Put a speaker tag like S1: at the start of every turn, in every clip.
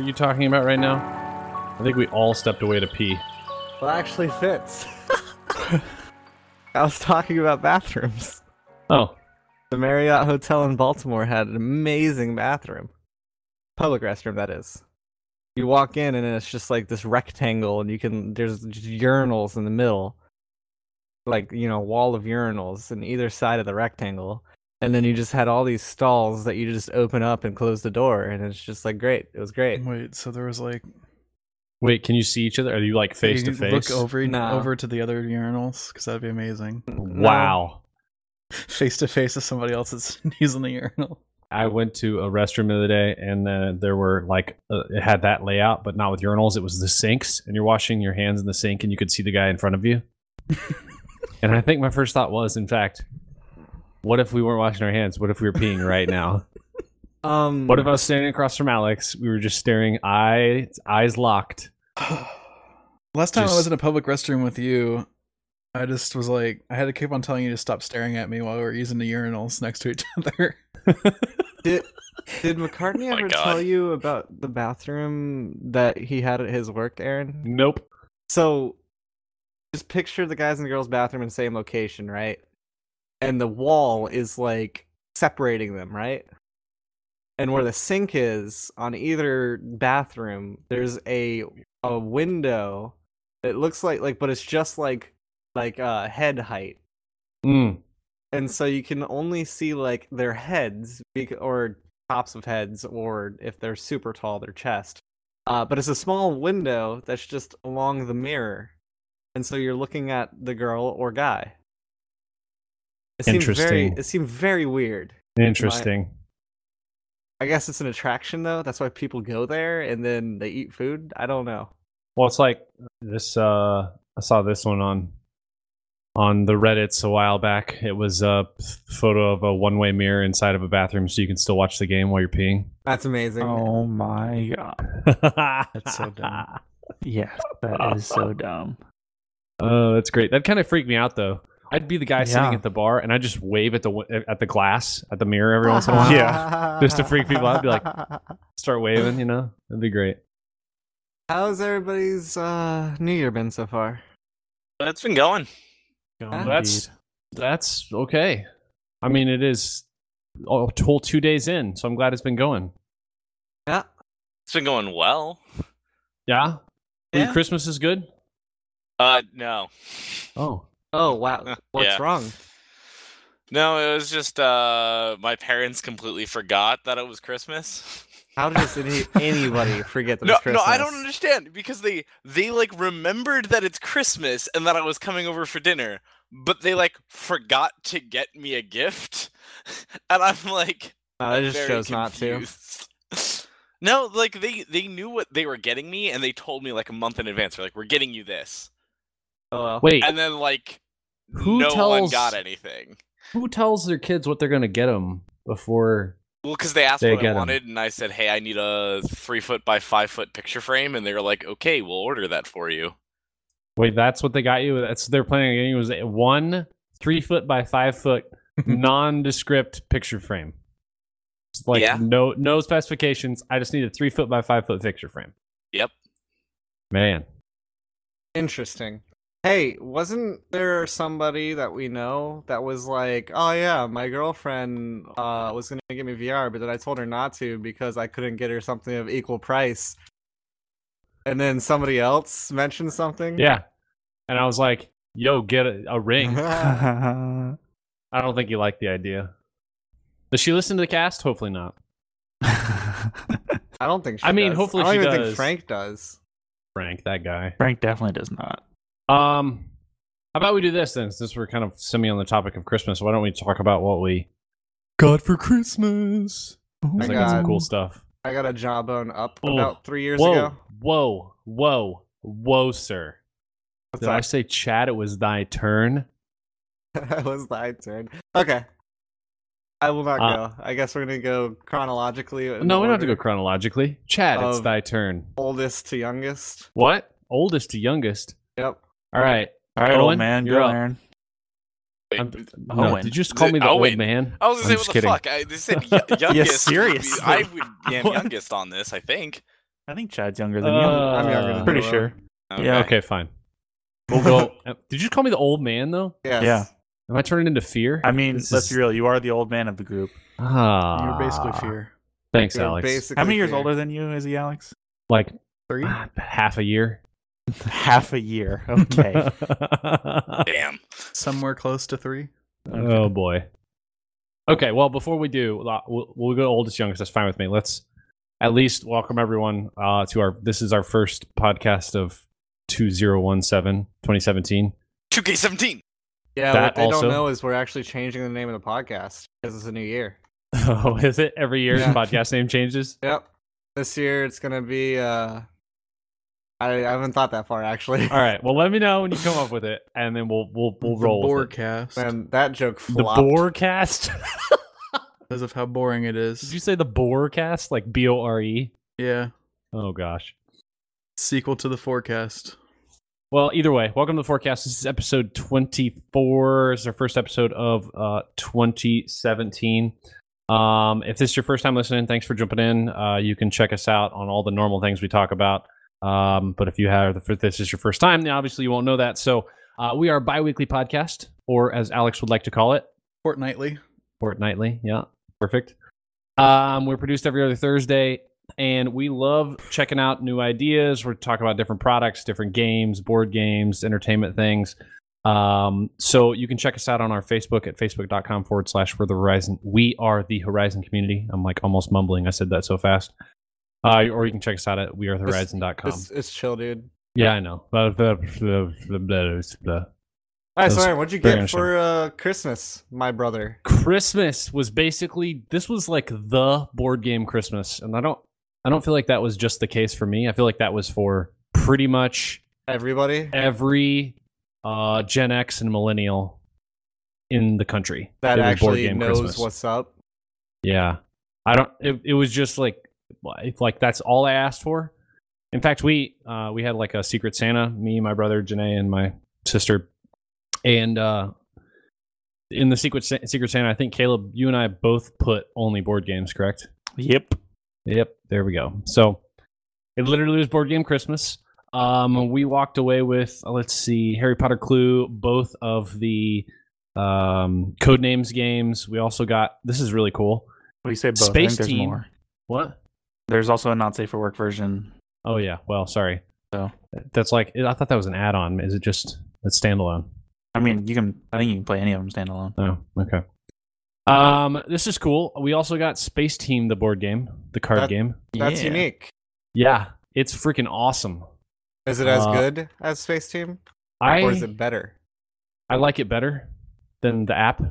S1: you talking about right now? I think we all stepped away to pee.
S2: Well, it actually fits. I was talking about bathrooms.
S1: Oh,
S2: The Marriott Hotel in Baltimore had an amazing bathroom. Public restroom, that is. You walk in and it's just like this rectangle, and you can, there's just urinals in the middle. Like, you know, wall of urinals in either side of the rectangle. And then you just had all these stalls that you just open up and close the door, and it's just like great. It was great.
S1: Mm-hmm.
S3: Wait, so there was like
S1: wait, can you see each other? Are you like face to
S3: you
S1: face?
S3: Look over
S2: No.
S3: over to the other urinals because that'd be amazing.
S1: Wow.
S3: Face to face with somebody else that's using the urinal.
S1: I went to a restroom the other day, and uh, there were like uh, it had that layout, but not with urinals. It was the sinks, and you're washing your hands in the sink, and you could see the guy in front of you. and I think my first thought was, in fact, what if we weren't washing our hands? What if we were peeing right now?
S2: Um,
S1: what if I was standing across from Alex? We were just staring, eye eyes locked.
S3: Last time I was
S1: Just-
S3: in a public restroom with you, I just was like, I had to keep on telling you to stop staring at me while we were using the urinals next to each other.
S2: did, did McCartney
S4: Oh my
S2: ever
S4: God.
S2: tell you about the bathroom that he had at his work, Aaron?
S1: Nope.
S2: So just picture the guys and girls bathroom in the same location, right? And the wall is like separating them, right? And where the sink is on either bathroom, there's a a window that looks like like but it's just like like uh head height.
S1: Mm.
S2: And so you can only see like their heads bec- or tops of heads or if they're super tall their chest. Uh, but it's a small window that's just along the mirror, and so you're looking at the girl or guy. It seemed very.
S1: Interesting.
S2: It seemed very weird.
S1: Interesting.
S2: I guess it's an attraction though. That's why people go there, and then they eat food. I don't know.
S1: Well, it's like this. Uh, I saw this one on on the Reddits a while back. It was a photo of a one way mirror inside of a bathroom, so you can still watch the game while you're peeing.
S2: That's amazing.
S5: Oh my god.
S1: that's
S3: so dumb.
S5: Yes, that is so dumb.
S1: Oh, that's great. That kind of freaked me out though. I'd be the guy sitting
S5: Yeah.
S1: at the bar, and I would just wave at the wi- at the glass at the mirror every once in a
S5: Uh-huh.
S1: while.
S2: Yeah.
S1: Just to freak people out, be like- Start waving, you know. That'd be great.
S2: "How's everybody's uh, New Year been so far?"
S4: That's been going.
S2: Well,
S1: that's that's okay. I mean, it is oh, whole two days in, so I'm glad it's been going.
S2: Yeah.
S4: It's been going well.
S1: Yeah. Dude,
S4: Yeah.
S1: Christmas is good.
S4: Uh, no.
S1: Oh.
S2: Oh wow. What's
S4: Yeah.
S2: wrong?
S4: No, it was just uh my parents completely forgot that it was Christmas.
S2: How does any, anybody forget that
S4: No,
S2: it's
S4: no,
S2: Christmas?
S4: I don't understand because they they like remembered that it's Christmas and that I was coming over for dinner, but they like forgot to get me a gift, and I'm like,
S2: No,
S4: I
S2: they just chose not to.
S4: to. No, like they they knew what they were getting me, and they told me like a month in advance. They're like, "We're getting you this,"
S2: Oh well.
S1: Wait,
S4: and then like
S1: Who
S4: no one
S1: tells-
S4: got anything.
S1: who tells their kids what they're going to get them before?
S4: Well, because they asked
S1: They
S4: what
S1: get
S4: I
S1: 'em.
S4: wanted, and I said, "Hey, I need a three foot by five foot picture frame," and they were like, "Okay, we'll order that for you."
S1: Wait, that's what they got you. That's they're planning on getting you was a one three foot by five foot nondescript picture frame. It's like
S4: Yeah.
S1: no no specifications. I just need a three foot by five foot picture frame.
S4: Yep.
S1: Man,
S2: Interesting. Hey, wasn't there somebody that we know that was like, "Oh yeah, my girlfriend uh, was gonna give me VR, but then I told her not to because I couldn't get her something of equal price." And then somebody else mentioned something.
S1: yeah. And I was like, "Yo, get a, a ring."
S2: Uh-huh.
S1: I don't think you like the idea. Does she listen to the cast? Hopefully not.
S2: I don't think. She
S1: I mean,
S2: does.
S1: hopefully
S2: I don't
S1: she
S2: even
S1: does.
S2: think Frank does.
S1: Frank, that guy.
S5: Frank definitely does not.
S1: Um, how about we do this then? Since we're kind of semi on the topic of Christmas, why don't we talk about what we got for Christmas?
S5: Oh
S3: Oh
S1: 'Cause I got some cool stuff.
S2: I got a jawbone up
S1: Oh.
S2: about three years
S1: whoa,
S2: ago.
S1: whoa, whoa, whoa, sir!
S2: What's
S1: Did I say, Chad? It was thy turn.
S2: that was my turn. Okay. I will not
S1: Uh,
S2: go. I guess we're gonna go chronologically. in
S1: No, we don't have to go
S2: order,
S1: chronologically. Chad, it's
S2: Of-
S1: thy turn.
S2: oldest to youngest.
S1: What? Oldest to youngest.
S2: Yep.
S1: All right.
S5: All right,
S1: Owen,
S5: old man,
S1: you're
S5: go,
S1: up.
S5: Aaron.
S1: I'm-
S4: Wait,
S1: no,
S5: Owen.
S1: did you just call
S4: The-
S1: me the
S4: Owen.
S1: old man?
S4: I was gonna
S1: I'm
S4: say,
S1: just
S4: what the
S1: kidding.
S4: fuck? I, they said y- youngest. would be-
S5: seriously.
S4: I would be youngest on this, I think.
S5: I think Chad's younger than
S1: Uh,
S2: I'm younger than
S5: you. Pretty
S2: you,
S5: sure. Yeah.
S1: Okay, fine. We'll go. Uh, Did you call me the old man though?
S2: Yes.
S5: Yeah.
S1: Am I turning into fear?
S5: I mean,
S1: This
S5: let's
S1: is-
S5: be real. You are the old man of the group.
S1: Ah,
S3: You're basically fear.
S1: Thanks,
S2: You're
S1: Alex.
S2: basically
S5: How many years
S2: fear.
S5: older than you is he, Alex?
S1: like
S3: Three?
S1: ah, half a year.
S5: Half a year. Okay.
S4: Damn.
S3: Somewhere close to three?
S1: Oh boy. Okay, well, before we do, uh, we'll, we'll go oldest youngest. That's fine with me. Let's at least welcome everyone uh, to our. This is our first podcast of 2017, 2017.
S4: 2K17.
S2: Yeah,
S1: That
S2: what they
S1: also-
S2: don't know is we're actually changing the name of the podcast because it's a new year.
S1: Oh, is it every year
S2: Yeah.
S1: the podcast name changes?
S2: Yep. This year it's gonna be. uh I, I haven't thought that far actually.
S1: All right. Well, let me know when you come up with it, and then we'll we'll we'll
S3: the
S1: roll. with it.
S3: Borecast.
S2: Man, that joke
S1: The
S2: flopped.
S1: Borecast.
S3: Because of how boring it
S1: Did
S3: is.
S1: you say the Borecast? Like B O R E?
S3: yeah.
S1: Oh gosh.
S3: Sequel to the forecast.
S1: Well, either way, welcome to the forecast. This is episode 24. It's our first episode of uh, 2017. Um, if this is your first time listening, thanks for jumping in. Uh, you can check us out on all the normal things we talk about. Um, but if you have, if this is your first time, then obviously you won't know that. So uh, we are a bi weekly podcast, or as Alex would like to call it,
S3: Fortnightly.
S1: fortnightly. Yeah, perfect. Um, we're produced every other Thursday, and we love checking out new ideas. We're talking about different products, different games, board games, entertainment things. Um, so you can check us out on our Facebook at facebook.com forward slash we the horizon. We are the horizon community. I'm like almost mumbling. I said that so fast. Uh, or you can check us out at wearethehorizon.com.
S2: It's, it's chill, dude.
S1: yeah, I know. Blah, blah, blah, blah, blah, blah.
S2: All right,
S1: That's
S2: Soren, what'd you
S1: very
S2: get for uh, Christmas, my brother?
S1: Christmas was basically this was like the board game Christmas, and I don't I don't feel like that was just the case for me. I feel like that was for pretty much
S2: Everybody?
S1: every uh, Gen X and millennial in the country
S2: that
S1: It was board
S2: actually
S1: game
S2: knows
S1: Christmas.
S2: what's up.
S1: Yeah, I don't. It, it was just like like- like that's all I asked for. In fact, we uh, we had like a secret Santa. Me, my brother Janae, and my sister. And uh, in the secret Sa- secret Santa, I think Caleb, you and I both put only board games, correct?
S5: yep.
S1: Yep, there we go. So it literally was board game Christmas. Um, we walked away with uh, let's see, Harry Potter Clue, both of the um, code names games. We also got this is really cool.
S5: We say both. I
S1: Space
S5: think there's
S1: Team.
S5: more.
S1: What?
S5: There's also a not safe for work version.
S1: Oh yeah. Well, sorry.
S5: So
S1: That's like I thought that was an add-on. Is it just it's standalone?
S5: I mean, you can. I think you can play any of them standalone.
S1: Oh, okay. Um, this is cool. We also got Space Team, the board game, the card
S2: That-
S1: game.
S2: That's
S5: Yeah.
S2: unique.
S1: Yeah, it's freaking awesome.
S2: Is it as
S1: Uh,
S2: good as Space Team,
S1: I
S2: or is it better?
S1: I like it better than the app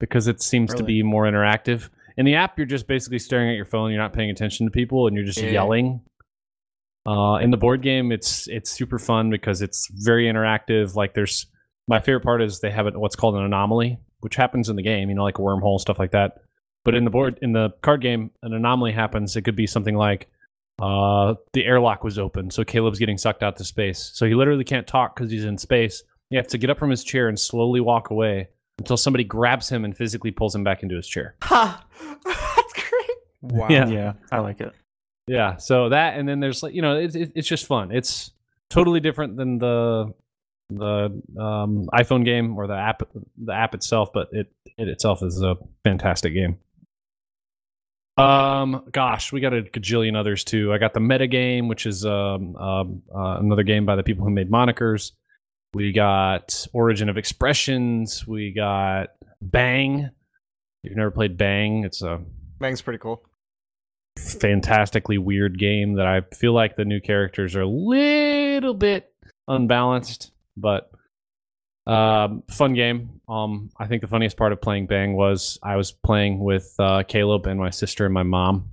S1: because it seems to
S3: Really?
S1: be more interactive. In the app, you're just basically staring at your phone. You're not paying attention to people, and you're just
S2: Yeah.
S1: yelling. Uh, in the board game, it's it's super fun because it's very interactive. Like there's my favorite part is they have it, what's called an anomaly, which happens in the game. You know, like a wormhole stuff like that. But in the board in the card game, an anomaly happens. It could be something like uh, the airlock was open, so Caleb's getting sucked out to space. So he literally can't talk because he's in space. You have to get up from his chair and slowly walk away until somebody grabs him and physically pulls him back into his chair.
S2: Ha! That's great.
S3: Wow.
S1: Yeah.
S5: Yeah, I like it.
S1: Yeah. So that, and then there's like you know, it's it, it's just fun. It's totally different than the the um, iPhone game or the app the app itself, but it it itself is a fantastic game. Um, gosh, we got a gajillion others too. I got the meta game, which is um, um uh, another game by the people who made monikers. We got Origin of Expressions. We got Bang. If you've never played Bang, it's a
S2: Bang's pretty cool.
S1: fantastically weird game that I feel like the new characters are a little bit unbalanced, but um, fun game. Um, I think the funniest part of playing Bang was I was playing with uh, Caleb and my sister and my mom,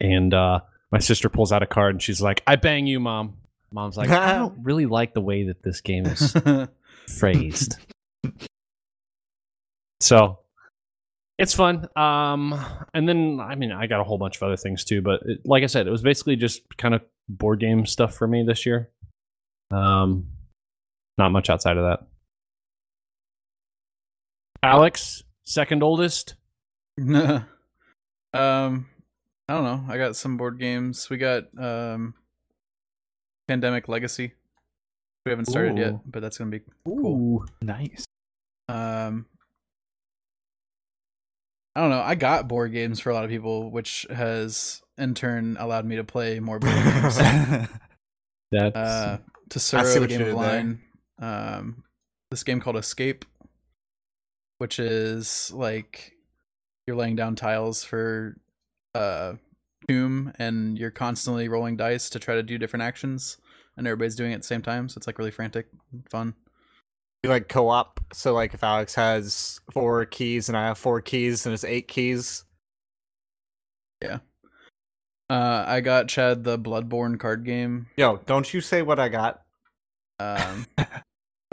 S1: and uh, my sister pulls out a card and she's like, "I bang you, mom." Mom's like, "I don't really like the way that this game is phrased. so it's fun. Um, and then I mean, I got a whole bunch of other things too, but it, like I said, it was basically just kind of board game stuff for me this year. Um, not much outside of that. Alex, second oldest.
S3: um, I don't know. I got some board games. We got um Pandemic Legacy. We haven't started yet,
S5: Ooh.
S3: but that's gonna be
S5: Ooh, nice.
S3: um I don't know. I got board games for a lot of people, which has in turn allowed me to play more board games.
S1: That's
S3: uh to
S2: see
S3: Suro,
S2: what you
S3: Game
S2: did
S3: of
S2: there.
S3: Line. Um, this game called Escape, which is like you're laying down tiles for uh tomb and you're constantly rolling dice to try to do different actions and everybody's doing it at the same time, so it's like really frantic and fun.
S2: You like co-op. So like if Alex has four keys and I have four keys and it's eight keys.
S3: Uh I got Chad the Bloodborne card game.
S2: Yo, don't you say what I got.
S3: Um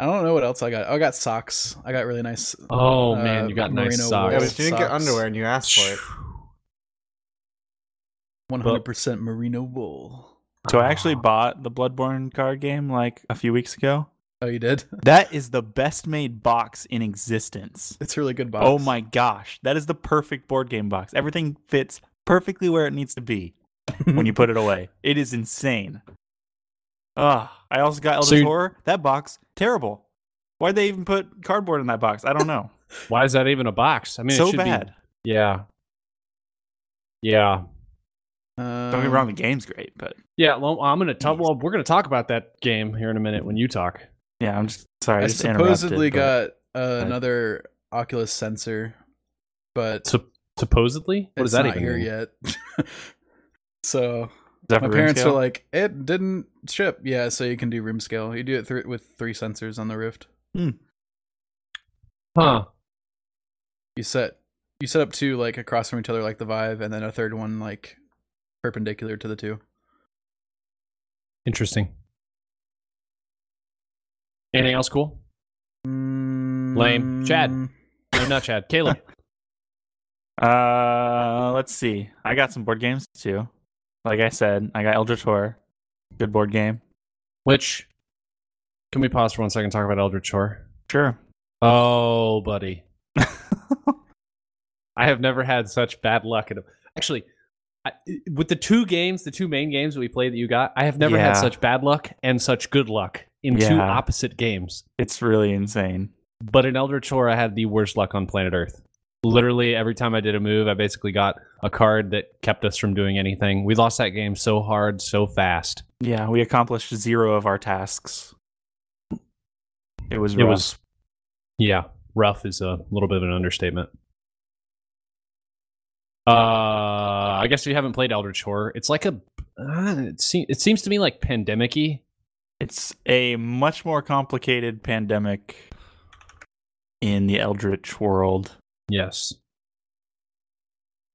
S3: I don't know what else I got. Oh, I got socks. I got really nice
S1: oh
S3: uh,
S1: man, you got nice
S3: merino
S1: socks.
S2: Yeah,
S3: wool.
S2: but you didn't get
S3: Sucks.
S2: underwear and you asked for it.
S3: one hundred percent merino wool.
S5: So I actually bought the Bloodborne card game like a few weeks ago.
S3: Oh, you did?
S5: That is the best made box in existence.
S3: It's a really good box.
S5: Oh my gosh, that is the perfect board game box. Everything fits perfectly where it needs to be when you put it away. It is insane. Ah, I also got Elder
S1: So you-
S5: Horror. That box terrible. Why'd they even put cardboard in that box? I don't know.
S1: Why is that even a box? I mean, it
S5: so
S1: should
S5: bad.
S1: Be, yeah, yeah,
S3: Um,
S5: Don't get me wrong, the game's great, but
S1: yeah. Well, I'm gonna talk. Well, we're gonna talk about that game here in a minute when you talk.
S5: yeah, I'm just sorry. I,
S3: I
S5: just
S3: supposedly
S5: interrupted, but-
S3: got uh, another Oculus sensor, but
S1: So- Supposedly, what
S3: it's
S1: does that
S3: not
S1: even
S3: here
S1: mean?
S3: yet. so
S5: Is that
S3: my
S5: for room
S3: parents
S5: scale?
S3: were like, "It didn't ship." Yeah, so you can do room scale. You do it thr with three sensors on the Rift.
S1: Huh?
S3: You set you set up two like across from each other, like the Vive, and then a third one like perpendicular to the two.
S1: Interesting. Anything else cool?
S3: Lame
S1: Chad. No, not Chad. Caleb.
S5: Uh, let's see. I got some board games too. Like I said, I got Eldritch Horror. Good board game.
S1: Which can we pause for one second and talk about Eldritch Horror?
S5: Sure.
S1: Oh, buddy. I have never had such bad luck in a Actually, I, with the two games, the two main games that we played that you got, I have never
S5: Yeah.
S1: had such bad luck and such good luck in two
S5: Yeah.
S1: opposite games.
S5: It's really insane.
S1: But in Eldritch Horror, I had the worst luck on planet Earth. Literally, every time I did a move, I basically got a card that kept us from doing anything. We lost that game so hard, so fast.
S5: Yeah, we accomplished zero of our tasks. It was
S1: It
S5: rough.
S1: was, yeah, rough is a little bit of an understatement. Uh, I guess if you haven't played Eldritch Horror, it's like a, uh, it, se- it seems to me like pandemic-y.
S5: it's a much more complicated pandemic in the Eldritch world.
S1: Yes.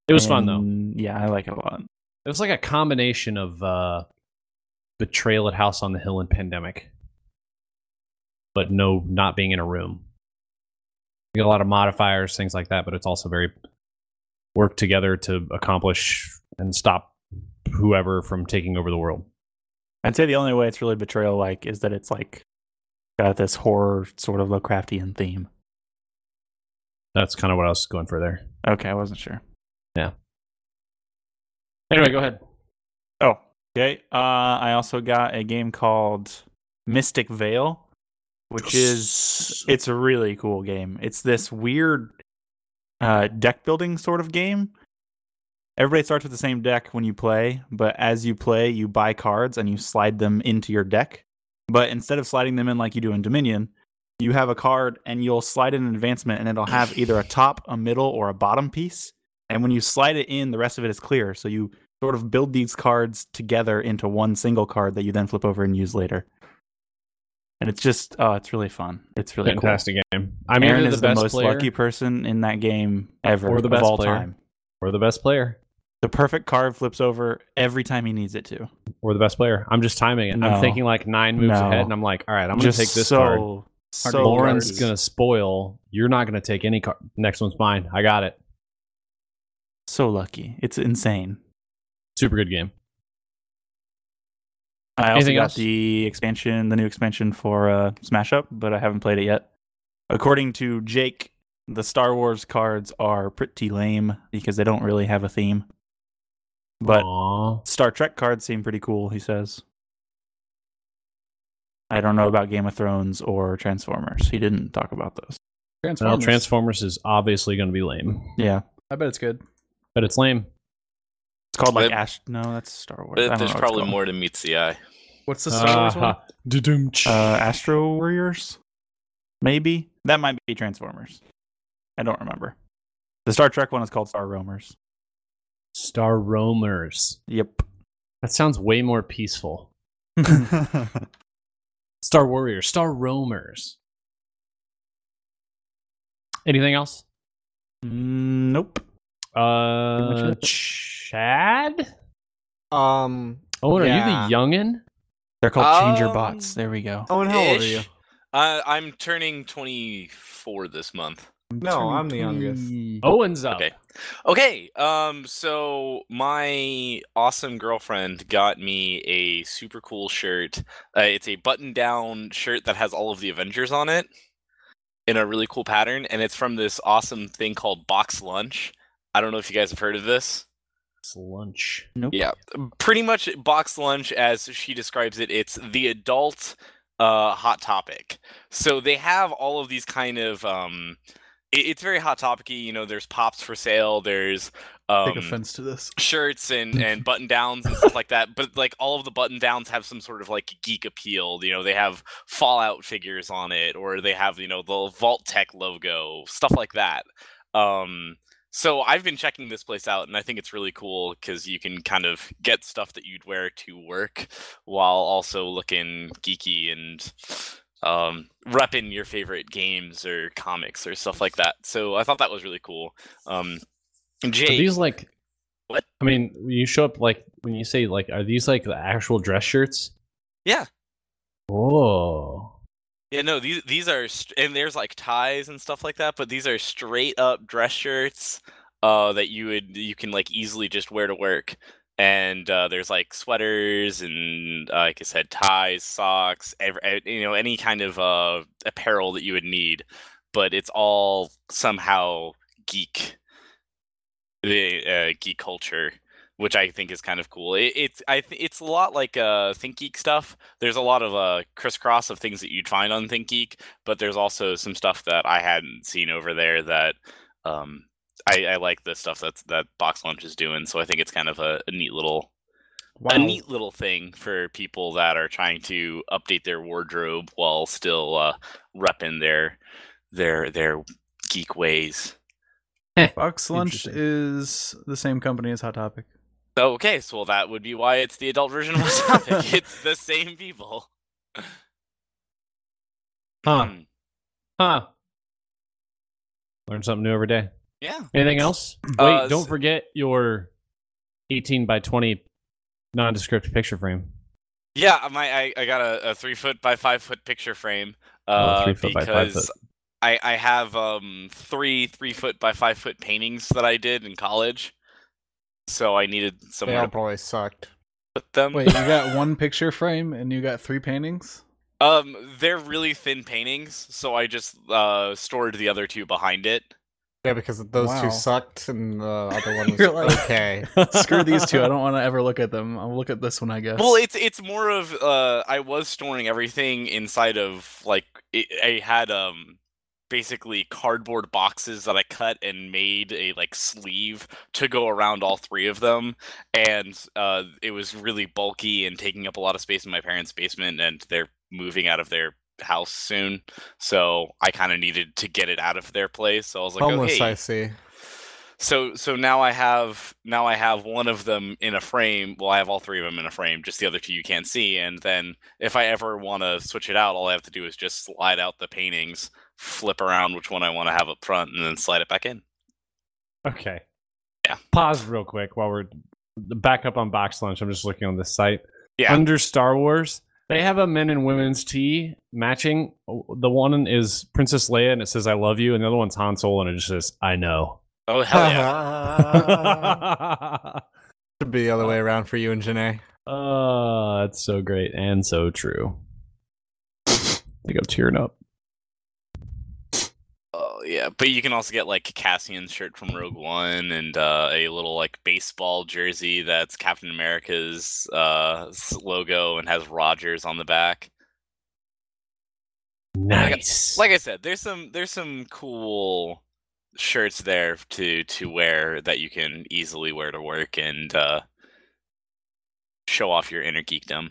S1: It was fun though.
S5: Yeah, I like it a lot.
S1: It was like a combination of uh, Betrayal at House on the Hill and Pandemic, but no, not being in a room. You get a lot of modifiers, things like that, but it's also very work together to accomplish and stop whoever from taking over the world.
S5: I'd say the only way it's really betrayal like is that it's like got this horror sort of Lovecraftian theme.
S1: That's kind of what I was going for there.
S5: Okay, I wasn't sure.
S1: Anyway, go ahead.
S5: Oh, okay. Uh, I also got a game called Mystic Veil, which is it's a really cool game. It's this weird uh, deck building sort of game. Everybody starts with the same deck when you play, but as you play, you buy cards and you slide them into your deck. But instead of sliding them in like you do in Dominion, you have a card and you'll slide in an advancement and it'll have either a top, a middle, or a bottom piece. And when you slide it in, the rest of it is clear. So you sort of build these cards together into one single card that you then flip over and use later. And it's just, oh, it's really fun. It's really
S1: Fantastic game. I
S5: cool.
S1: mean,
S5: Aaron
S1: either
S5: is
S1: the
S5: the
S1: best
S5: most
S1: player
S5: lucky person in that game ever,
S1: Or the best
S5: of all
S1: player.
S5: time.
S1: or the best player
S5: The perfect card flips over every time he needs it to.
S1: or the best player. I'm just timing it.
S5: No.
S1: I'm thinking like nine moves
S5: No.
S1: ahead, and I'm like, all right, I'm going to
S5: Just
S1: take this
S5: so,
S1: card.
S5: So
S1: Lauren's
S5: lucky.
S1: gonna spoil. You're not gonna take any card. Next one's mine. I got it.
S5: so lucky. It's insane.
S1: Super good game.
S5: I also
S1: Anything
S5: got
S1: else?
S5: the expansion, the new expansion for uh, Smash Up, but I haven't played it yet. According to Jake, the Star Wars cards are pretty lame because they don't really have a theme. But
S1: Aw.
S5: Star Trek cards seem pretty cool, he says. I don't know about Game of Thrones or Transformers. He didn't talk about those.
S1: Well,
S3: Transformers.
S1: Transformers is obviously going to be lame,
S5: Yeah.
S3: I bet it's good.
S1: but it's lame.
S5: It's called like
S4: But-
S5: Ash. No, that's Star Wars.
S4: But
S5: I don't
S4: there's
S5: know what it's
S4: probably
S5: called.
S4: more to meets the eye.
S3: What's the Star
S1: Uh-huh.
S3: Wars one?
S1: Ah-ha. Du-dum-tsh.
S5: Uh, Astro Warriors, maybe that might be Transformers. I don't remember. The Star Trek one is called Star Roamers.
S1: Star Roamers.
S5: Yep.
S1: That sounds way more peaceful. Star Warriors, Star Roamers. Anything else?
S5: Mm, nope. much
S1: Uh,
S5: it.
S1: Chad.
S2: Um,
S1: Oh, are
S2: Yeah.
S1: you the youngin?
S5: They're called Changer
S4: Um,
S5: Bots. There we go.
S1: oh,
S2: Owen, how old are
S4: Ish.
S2: you?
S4: Uh, I'm turning 24 this month.
S2: No, I'm the youngest.
S1: Owen's up.
S4: Okay. Okay. Um. So my awesome girlfriend got me a super cool shirt. Uh, it's a button-down shirt that has all of the Avengers on it in a really cool pattern, and it's from this awesome thing called Box Lunch. I don't know if you guys have heard of this.
S1: It's lunch.
S5: Nope.
S4: Yeah, pretty much box lunch as she describes it. It's the adult uh, hot topic. So they have all of these kind of. Um, it- it's very hot topicy. You know, there's pops for sale. There's
S3: Take
S4: um,
S3: offense to this.
S4: shirts and and button downs and stuff like that. But like all of the button downs have some sort of like geek appeal. You know, they have Fallout figures on it, or they have you know the Vault Tech logo, stuff like that. Um, so I've been checking this place out, and I think it's really cool because you can kind of get stuff that you'd wear to work while also looking geeky and um, repping your favorite games or comics or stuff like that. So I thought that was really cool. Um,
S1: Are
S4: Jake,
S1: these like
S4: What?
S1: I mean, you show up like when you say like, are these like the actual dress shirts?
S4: Yeah.
S1: Whoa.
S4: Yeah, no, these these are st- and there's like ties and stuff like that, but these are straight up dress shirts uh that you would you can like easily just wear to work. And uh, there's like sweaters and uh, like I said, ties, socks, ev- eh, you know, any kind of uh, apparel that you would need, but it's all somehow geek, the uh, geek culture, which I think is kind of cool. It, it's I th- it's a lot like uh, Think Geek stuff, there's a lot of uh, crisscross of things that you'd find on ThinkGeek, but there's also some stuff that I hadn't seen over there that um, I, I like the stuff that's that Box Lunch is doing. So I think it's kind of a, a neat little a neat little thing for people that are trying to update their wardrobe while still uh, repping their their their geek ways.
S3: Box Lunch
S1: Interesting.
S3: is the same company as Hot Topic.
S4: Okay, so well, that would be why it's the adult version of my topic. it's the same people.
S1: Huh.
S4: Hmm.
S1: Huh. Learn something new every day.
S4: Yeah.
S1: Anything else? Wait,
S4: Uh, s-
S1: don't forget your 18 by 20 nondescript picture frame.
S4: Yeah, uh, my I, I got a, a three foot by five foot picture frame
S1: Oh,
S4: uh,
S1: three foot by
S4: because
S1: five foot.
S4: I I have um three three foot by five foot paintings that I did in college, so I needed
S2: They
S4: somewhere
S2: all
S4: to
S2: probably sucked.
S4: put them.
S3: Wait, you got one picture frame and you got three paintings?
S4: Um, they're really thin paintings, so I just uh stored the other two behind it.
S2: Yeah, because those
S3: Wow.
S2: two sucked and the other one was
S3: You're like-
S2: okay.
S3: Screw these two. I don't want to ever look at them. I'll look at this one, I guess.
S4: Well, it's it's more of uh, I was storing everything inside of like it, I had um basically cardboard boxes that I cut and made a like sleeve to go around all three of them, and uh, it was really bulky and taking up a lot of space in my parents' basement, and they're moving out of their house soon, so I kind of needed to get it out of their place. So I was like,
S2: Homeless,
S4: okay.
S2: I see.
S4: So so now I have now I have one of them in a frame. Well, I have all three of them in a frame. Just the other two you can't see. And then if I ever want to switch it out, all I have to do is just slide out the paintings, flip around which one I want to have up front, and then slide it back in.
S1: Okay.
S4: Yeah.
S1: Pause real quick while we're back up on Box Lunch. I'm just looking on this site.
S4: Yeah.
S1: Under Star Wars, they have a men and women's tee matching. Oh, The one is Princess Leia and it says "I love you," and the other one's Han Solo and it just says "I know."
S4: Oh hell
S2: Uh-huh.
S4: yeah!
S2: yeah. Should be the other way around for you and Janae.
S1: Oh, that's so great and so true. I think I'm tearing up.
S4: Oh yeah, but you can also get like Cassian's shirt from Rogue One and uh, a little like baseball jersey that's Captain America's uh, s- logo and has Rogers on the back.
S1: Nice.
S4: Like I said, there's some there's some cool shirts there to to wear that you can easily wear to work and uh, show off your inner geekdom.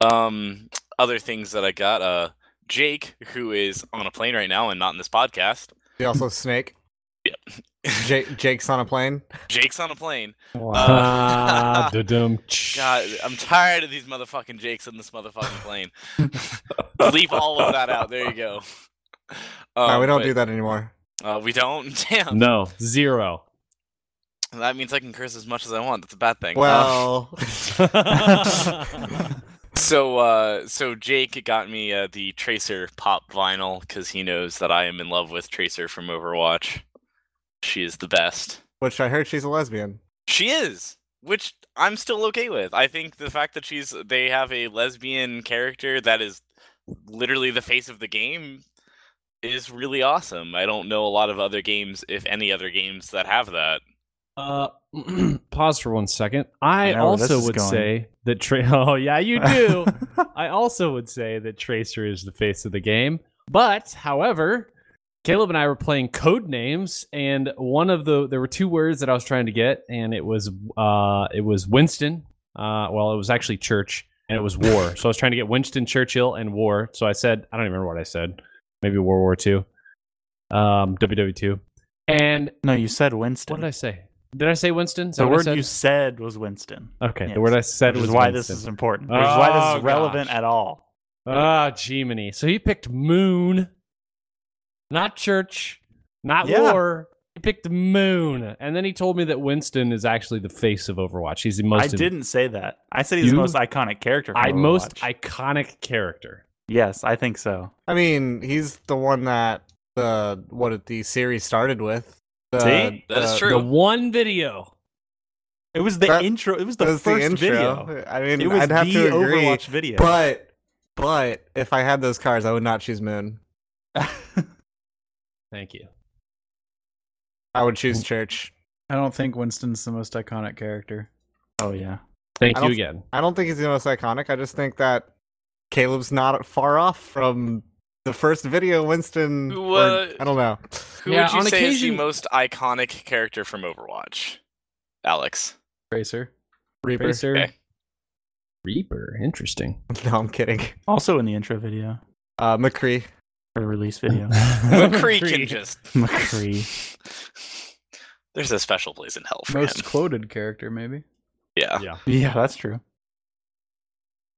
S4: Um, other things that I got, uh, Jake, who is on a plane right now and not in this podcast.
S2: You also snake. Jake, Jake's on a plane.
S4: Jake's on a plane.
S5: Wow.
S1: Ah, da-dum.
S4: uh, God, I'm tired of these motherfucking Jakes in this motherfucking plane. Leave all of that out. There you go.
S2: no,
S4: Um,
S2: we don't
S4: but,
S2: do that anymore.
S4: Uh, we don't. Damn.
S1: No, zero.
S4: That means I can curse as much as I want. That's a bad thing. Uh,
S2: Well,
S4: so uh, so Jake got me uh, the Tracer pop vinyl because he knows that I am in love with Tracer from Overwatch. She is the best.
S2: which I heard she's a lesbian.
S4: She is, which I'm still okay with. I think the fact that she's they have a lesbian character that is literally the face of the game is really awesome. I don't know a lot of other games, if any other games that have that.
S1: Uh, pause for one second. I,
S5: I know where this
S1: also
S5: is
S1: would
S5: going.
S1: say that Tra- Oh yeah, you do. I also would say that Tracer is the face of the game. But however, Caleb and I were playing code names, and one of the there were two words that I was trying to get, and it was uh it was Winston. Uh, well, it was actually church, and it was war. so I was trying to get Winston Churchill and war. So I said I don't even remember what I said. Maybe World War Two, um, WW two, and
S5: no, you said
S1: what
S5: Winston.
S1: did I say? Did I say Winston? Is that
S5: the
S1: what I
S5: word
S1: said?
S5: you said was Winston.
S1: Okay,
S5: Yes.
S1: the word I said
S5: Which
S1: was
S5: is why
S1: Winston.
S5: this is important. Which is why this
S1: Oh,
S5: is relevant
S1: gosh.
S5: at all.
S1: ah Gemini. So he picked moon, not church, not
S5: Yeah.
S1: war. He picked moon, and then he told me that Winston is actually the face of Overwatch. He's the most.
S5: I didn't say that. I said he's
S1: You-
S5: the most iconic character. From
S1: I most
S5: Overwatch.
S1: iconic character.
S5: yes, I think so.
S2: I mean, he's the one that the what the series started with. The,
S5: See?
S4: That is
S2: the-
S4: true.
S1: The one video.
S5: It was the
S2: That-
S5: intro. It was the
S2: That's
S5: first video.
S2: I mean,
S5: It was
S2: I'd have
S5: the
S2: to agree,
S5: Overwatch video.
S2: but but if I had those cars, I would not choose Moon.
S1: Thank you.
S2: I would choose Church.
S3: I don't think Winston's the most iconic character.
S5: oh yeah.
S1: Thank
S2: I
S1: you
S2: don't-
S1: again.
S2: I don't think he's the most iconic. I just think that Caleb's not far off from the first video Winston. or-
S4: What?
S2: I don't know.
S4: Who
S1: Yeah,
S4: would you
S1: on
S4: say is
S1: occasion-
S4: the most iconic character from Overwatch? Alex.
S3: Tracer.
S2: Reaper.
S1: Tracer.
S4: Okay.
S1: Reaper. Interesting.
S2: No, I'm kidding.
S5: Also in the intro video
S2: Uh, McCree.
S5: or release video.
S4: McCree can just
S5: McCree.
S4: There's a special place in hell for
S3: Most
S4: him.
S3: quoted character, maybe.
S5: Ah,
S4: Yeah.
S1: Yeah.
S5: yeah, that's true.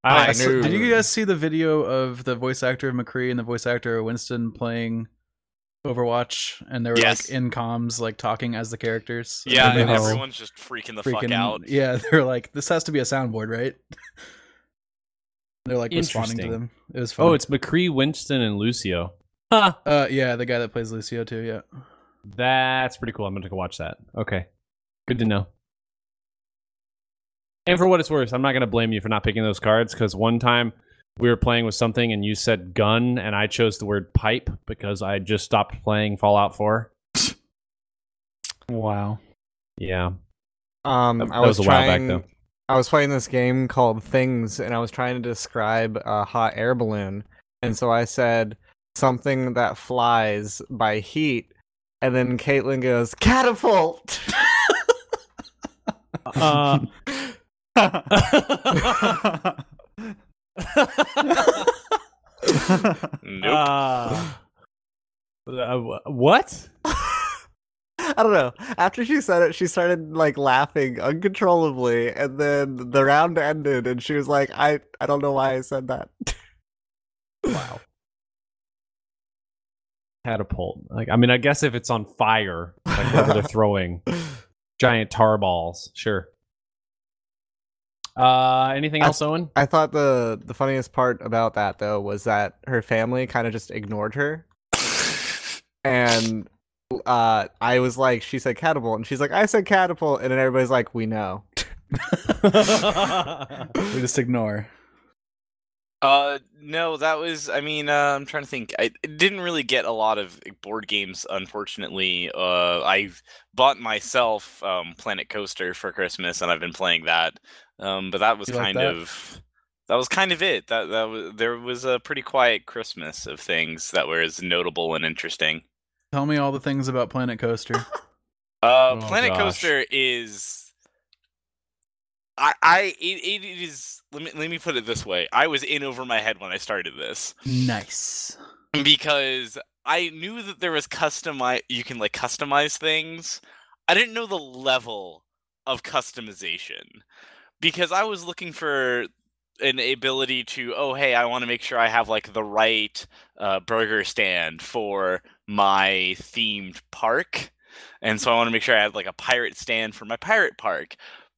S1: I,
S2: I
S1: saw-
S2: knew-
S3: Did you guys see the video of the voice actor of McCree and the voice actor of Winston playing Overwatch? And they were
S4: Yes.
S3: like in comms, like talking as the characters. And
S4: Yeah,
S3: they
S4: and
S3: were
S5: No.
S4: everyone's just freaking the fuck
S3: freaking
S4: out.
S3: Yeah, they're like, this has to be a soundboard, right? they're like responding to
S1: Interesting.
S3: them. It was fun.
S1: Oh, it's McCree, Winston, and Lucio. Huh.
S3: uh, yeah, the guy that plays Lucio too. Yeah,
S1: That's pretty cool. I'm gonna go watch that. Okay, good to know. And for what it's worth, I'm not gonna blame you for not picking those cards because one time we were playing with something and you said gun and I chose the word pipe because I had just stopped playing Fallout 4.
S5: Wow.
S1: Yeah,
S2: Um,
S1: That-
S2: I
S1: that
S2: was,
S1: was a while back,
S2: trying,
S1: though.
S2: I was playing this game called Things, and I was trying to describe a hot air balloon, and so I said something that flies by heat, and then Caitlin goes catapult.
S1: Uh,
S4: Nope.
S1: uh, wh- what?
S2: I don't know. After she said it, she started like laughing uncontrollably, and then the round ended, and she was like, "I I don't know why I said that."
S1: Wow. Catapult. Like, I mean, I guess if it's on fire, like whatever they're throwing, giant tar balls. Sure. Uh, anything
S2: I-
S1: else, Owen?
S2: I thought the the funniest part about that though was that her family kind of just ignored her, and uh, I was like, she said catapult, and she's like, I said catapult, and then everybody's like, we know.
S3: we just ignore.
S4: Uh, no, that was. I mean, uh, I'm trying to think. I didn't really get a lot of board games, unfortunately. Uh, I bought myself um, Planet Coaster for Christmas, and I've been playing that. Um, but that was
S3: You like
S4: kind
S3: that?
S4: of that was kind of it. That that was there was a pretty quiet Christmas of things that were as notable and interesting.
S3: Tell me all the things about Planet Coaster.
S4: Uh,
S1: Oh,
S4: Planet
S1: gosh.
S4: Coaster is. I, I it, it is let me let me put it this way. I was in over my head when I started this.
S3: nice.
S4: because I knew that there was customize you can like customize things. I didn't know the level of customization because I was looking for an ability to oh hey I want to make sure I have like the right uh, burger stand for my themed park, and so I want to make sure I had like a pirate stand for my pirate park,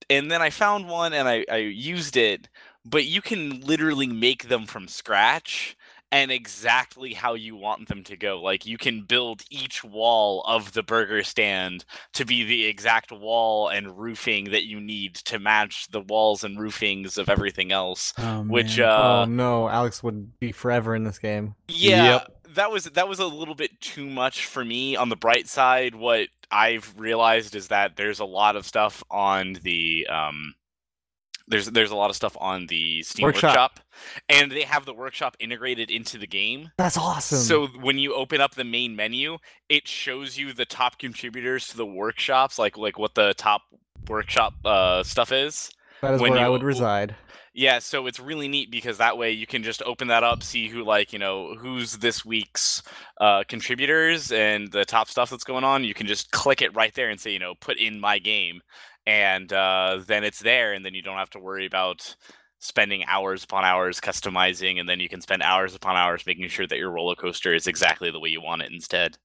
S4: and then I found one and I, I used it, but you can literally make them from scratch and exactly how you want them to go. Like you can build each wall of the burger stand to be the exact wall and roofing that you need to match the walls and roofings of everything else.
S3: Oh,
S4: Which
S3: man.
S4: uh,
S2: oh no, Alex would be forever in this game.
S4: yeah, that was that was a little bit too much for me. On the bright side, what I've realized is that there's a lot of stuff on the um, there's there's a lot of stuff on the Steam
S2: Workshop.
S4: workshop and they have the workshop integrated into the game.
S2: That's awesome.
S4: So when you open up the main menu, it shows you the top contributors to the workshops, like like what the top workshop uh, stuff is.
S2: that is
S4: when
S2: where I
S4: you-
S2: would reside.
S4: Yeah, so it's really neat because that way you can just open that up, see who like you know who's this week's uh, contributors and the top stuff that's going on. You can just click it right there and say you know put in my game, and uh, then it's there, and then you don't have to worry about spending hours upon hours customizing, and then you can spend hours upon hours making sure that your roller coaster is exactly the way you want it instead.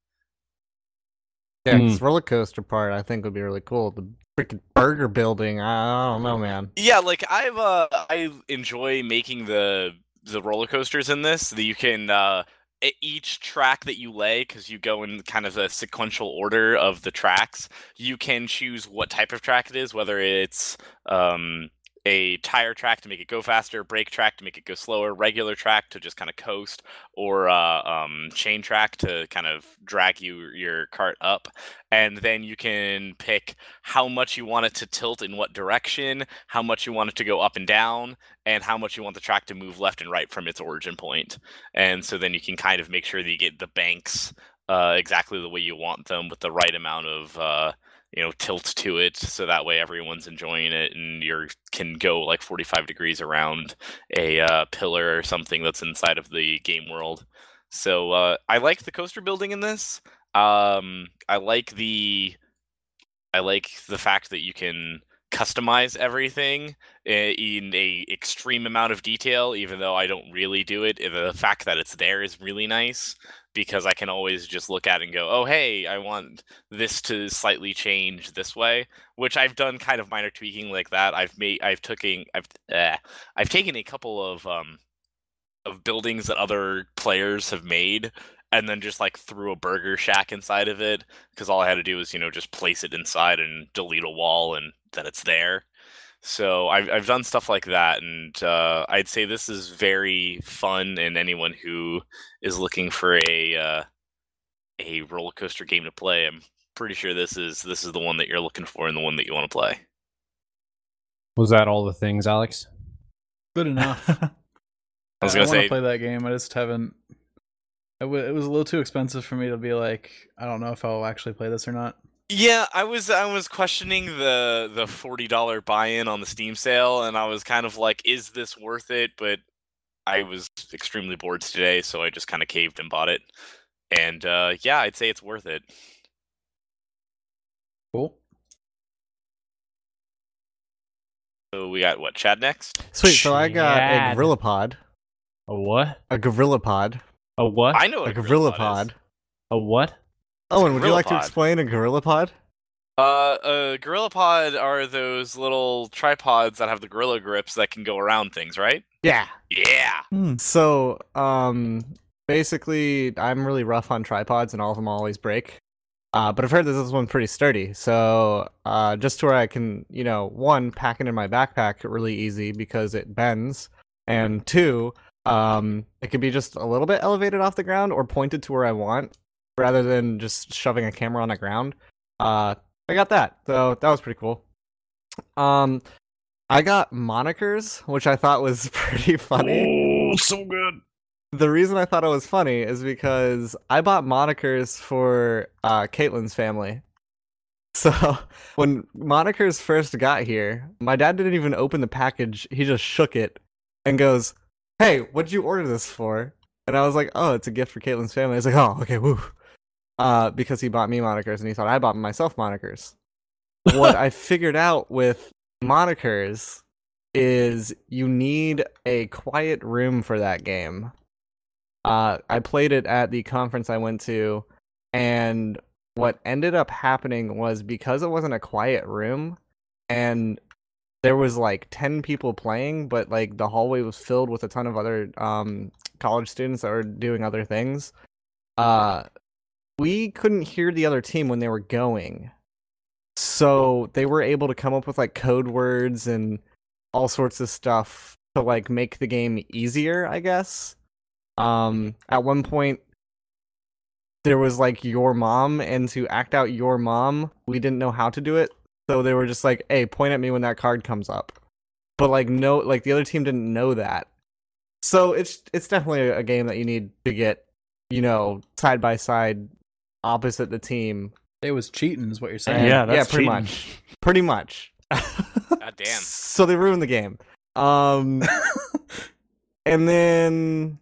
S2: Yeah,
S1: Hmm.
S2: this roller coaster part I think would be really cool. The freaking burger building, I, I don't know, man.
S4: Yeah, like I've uh I enjoy making the the roller coasters in this that you can uh e- each track that you lay cuz you go in kind of a sequential order of the tracks, you can choose what type of track it is, whether it's um a tire track to make it go faster, brake track to make it go slower, regular track to just kind of coast, or uh, um, chain track to kind of drag you your cart up, and then you can pick how much you want it to tilt in what direction, how much you want it to go up and down, and how much you want the track to move left and right from its origin point. And so then you can kind of make sure that you get the banks uh, exactly the way you want them with the right amount of uh, you know tilt to it, so that way everyone's enjoying it and you can go like 45 degrees around a uh, pillar or something that's inside of the game world. So uh, I like the coaster building in this. Um, I like the I like the fact that you can customize everything i- in a extreme amount of detail even though I don't really do it. Uh, The fact that it's there is really nice because I can always just look at it and go, "Oh, hey, I want this to slightly change this way," which I've done kind of minor tweaking like that. I've made I've taken I've uh, I've taken a couple of um of buildings that other players have made and then just like threw a burger shack inside of it because all I had to do was you know just place it inside and delete a wall, and then it's there. So I've I've done stuff like that, and uh, I'd say this is very fun. And anyone who is looking for a uh, a roller coaster game to play, I'm pretty sure this is this is the one that you're looking for and the one that you want to play.
S1: Was that all the things, Alex?
S3: Good enough.
S4: I was
S3: I
S4: gonna
S3: want to
S4: say,
S3: play that game. I just haven't. It, w- it was a little too expensive for me to be like, I don't know if I'll actually play this or not.
S4: yeah, I was I was questioning the the forty dollar buy in on the Steam sale, and I was kind of like, is this worth it? But I was extremely bored today, so I just kind of caved and bought it. And uh, yeah, I'd say it's worth it.
S3: Cool.
S4: So we got what Chad next?
S2: Sweet. So I got a
S1: Chad.
S2: gorilla pod.
S1: A what?
S2: A gorilla pod.
S1: A what?
S4: I know what
S2: A gorilla
S4: pod.
S2: pod.
S4: is.
S1: a what?
S2: Owen, would you
S4: gorilla
S2: like to
S4: pod.
S2: explain a gorilla pod?
S4: Uh, uh, gorilla pod are those little tripods that have the gorilla grips that can go around things, right?
S2: Yeah.
S4: Yeah.
S2: So, um, basically, I'm really rough on tripods, and all of them always break. Uh, but I've heard that this one's pretty sturdy. So, uh, just to where I can, you know, one, pack it in my backpack really easy because it bends, and two, Um, it could be just a little bit elevated off the ground or pointed to where I want, rather than just shoving a camera on the ground. Uh, I got that, so that was pretty cool. Um, I got monikers, which I thought was pretty funny
S1: Oh, so good.
S2: the reason I thought it was funny is because I bought monikers for uh, Caitlin's family. So when monikers first got here, my dad didn't even open the package. He just shook it and goes, "Hey, what'd you order this for?" And I was like, "Oh, it's a gift for Caitlin's family." He's like, "Oh, okay, woo," uh, because he bought me monikers and he thought I bought myself monikers. what I figured out with monikers is you need a quiet room for that game. Uh, I played it at the conference I went to, and what ended up happening was because it wasn't a quiet room, and there was like ten people playing, but like the hallway was filled with a ton of other um, college students that were doing other things. Uh, we couldn't hear the other team when they were going, so they were able to come up with like code words and all sorts of stuff to like make the game easier, I guess. Um, at one point, there was like your mom, and to act out your mom, we didn't know how to do it. So they were just like, hey, point at me when that card comes up. But like, no, like the other team didn't know that. So it's it's definitely a game that you need to get, you know, side by side, opposite the team.
S3: They was cheating, is what you're saying.
S5: yeah, that's
S2: pretty
S5: cheating.
S2: much, pretty much.
S4: God damn.
S2: So they ruined the game. Um, and then,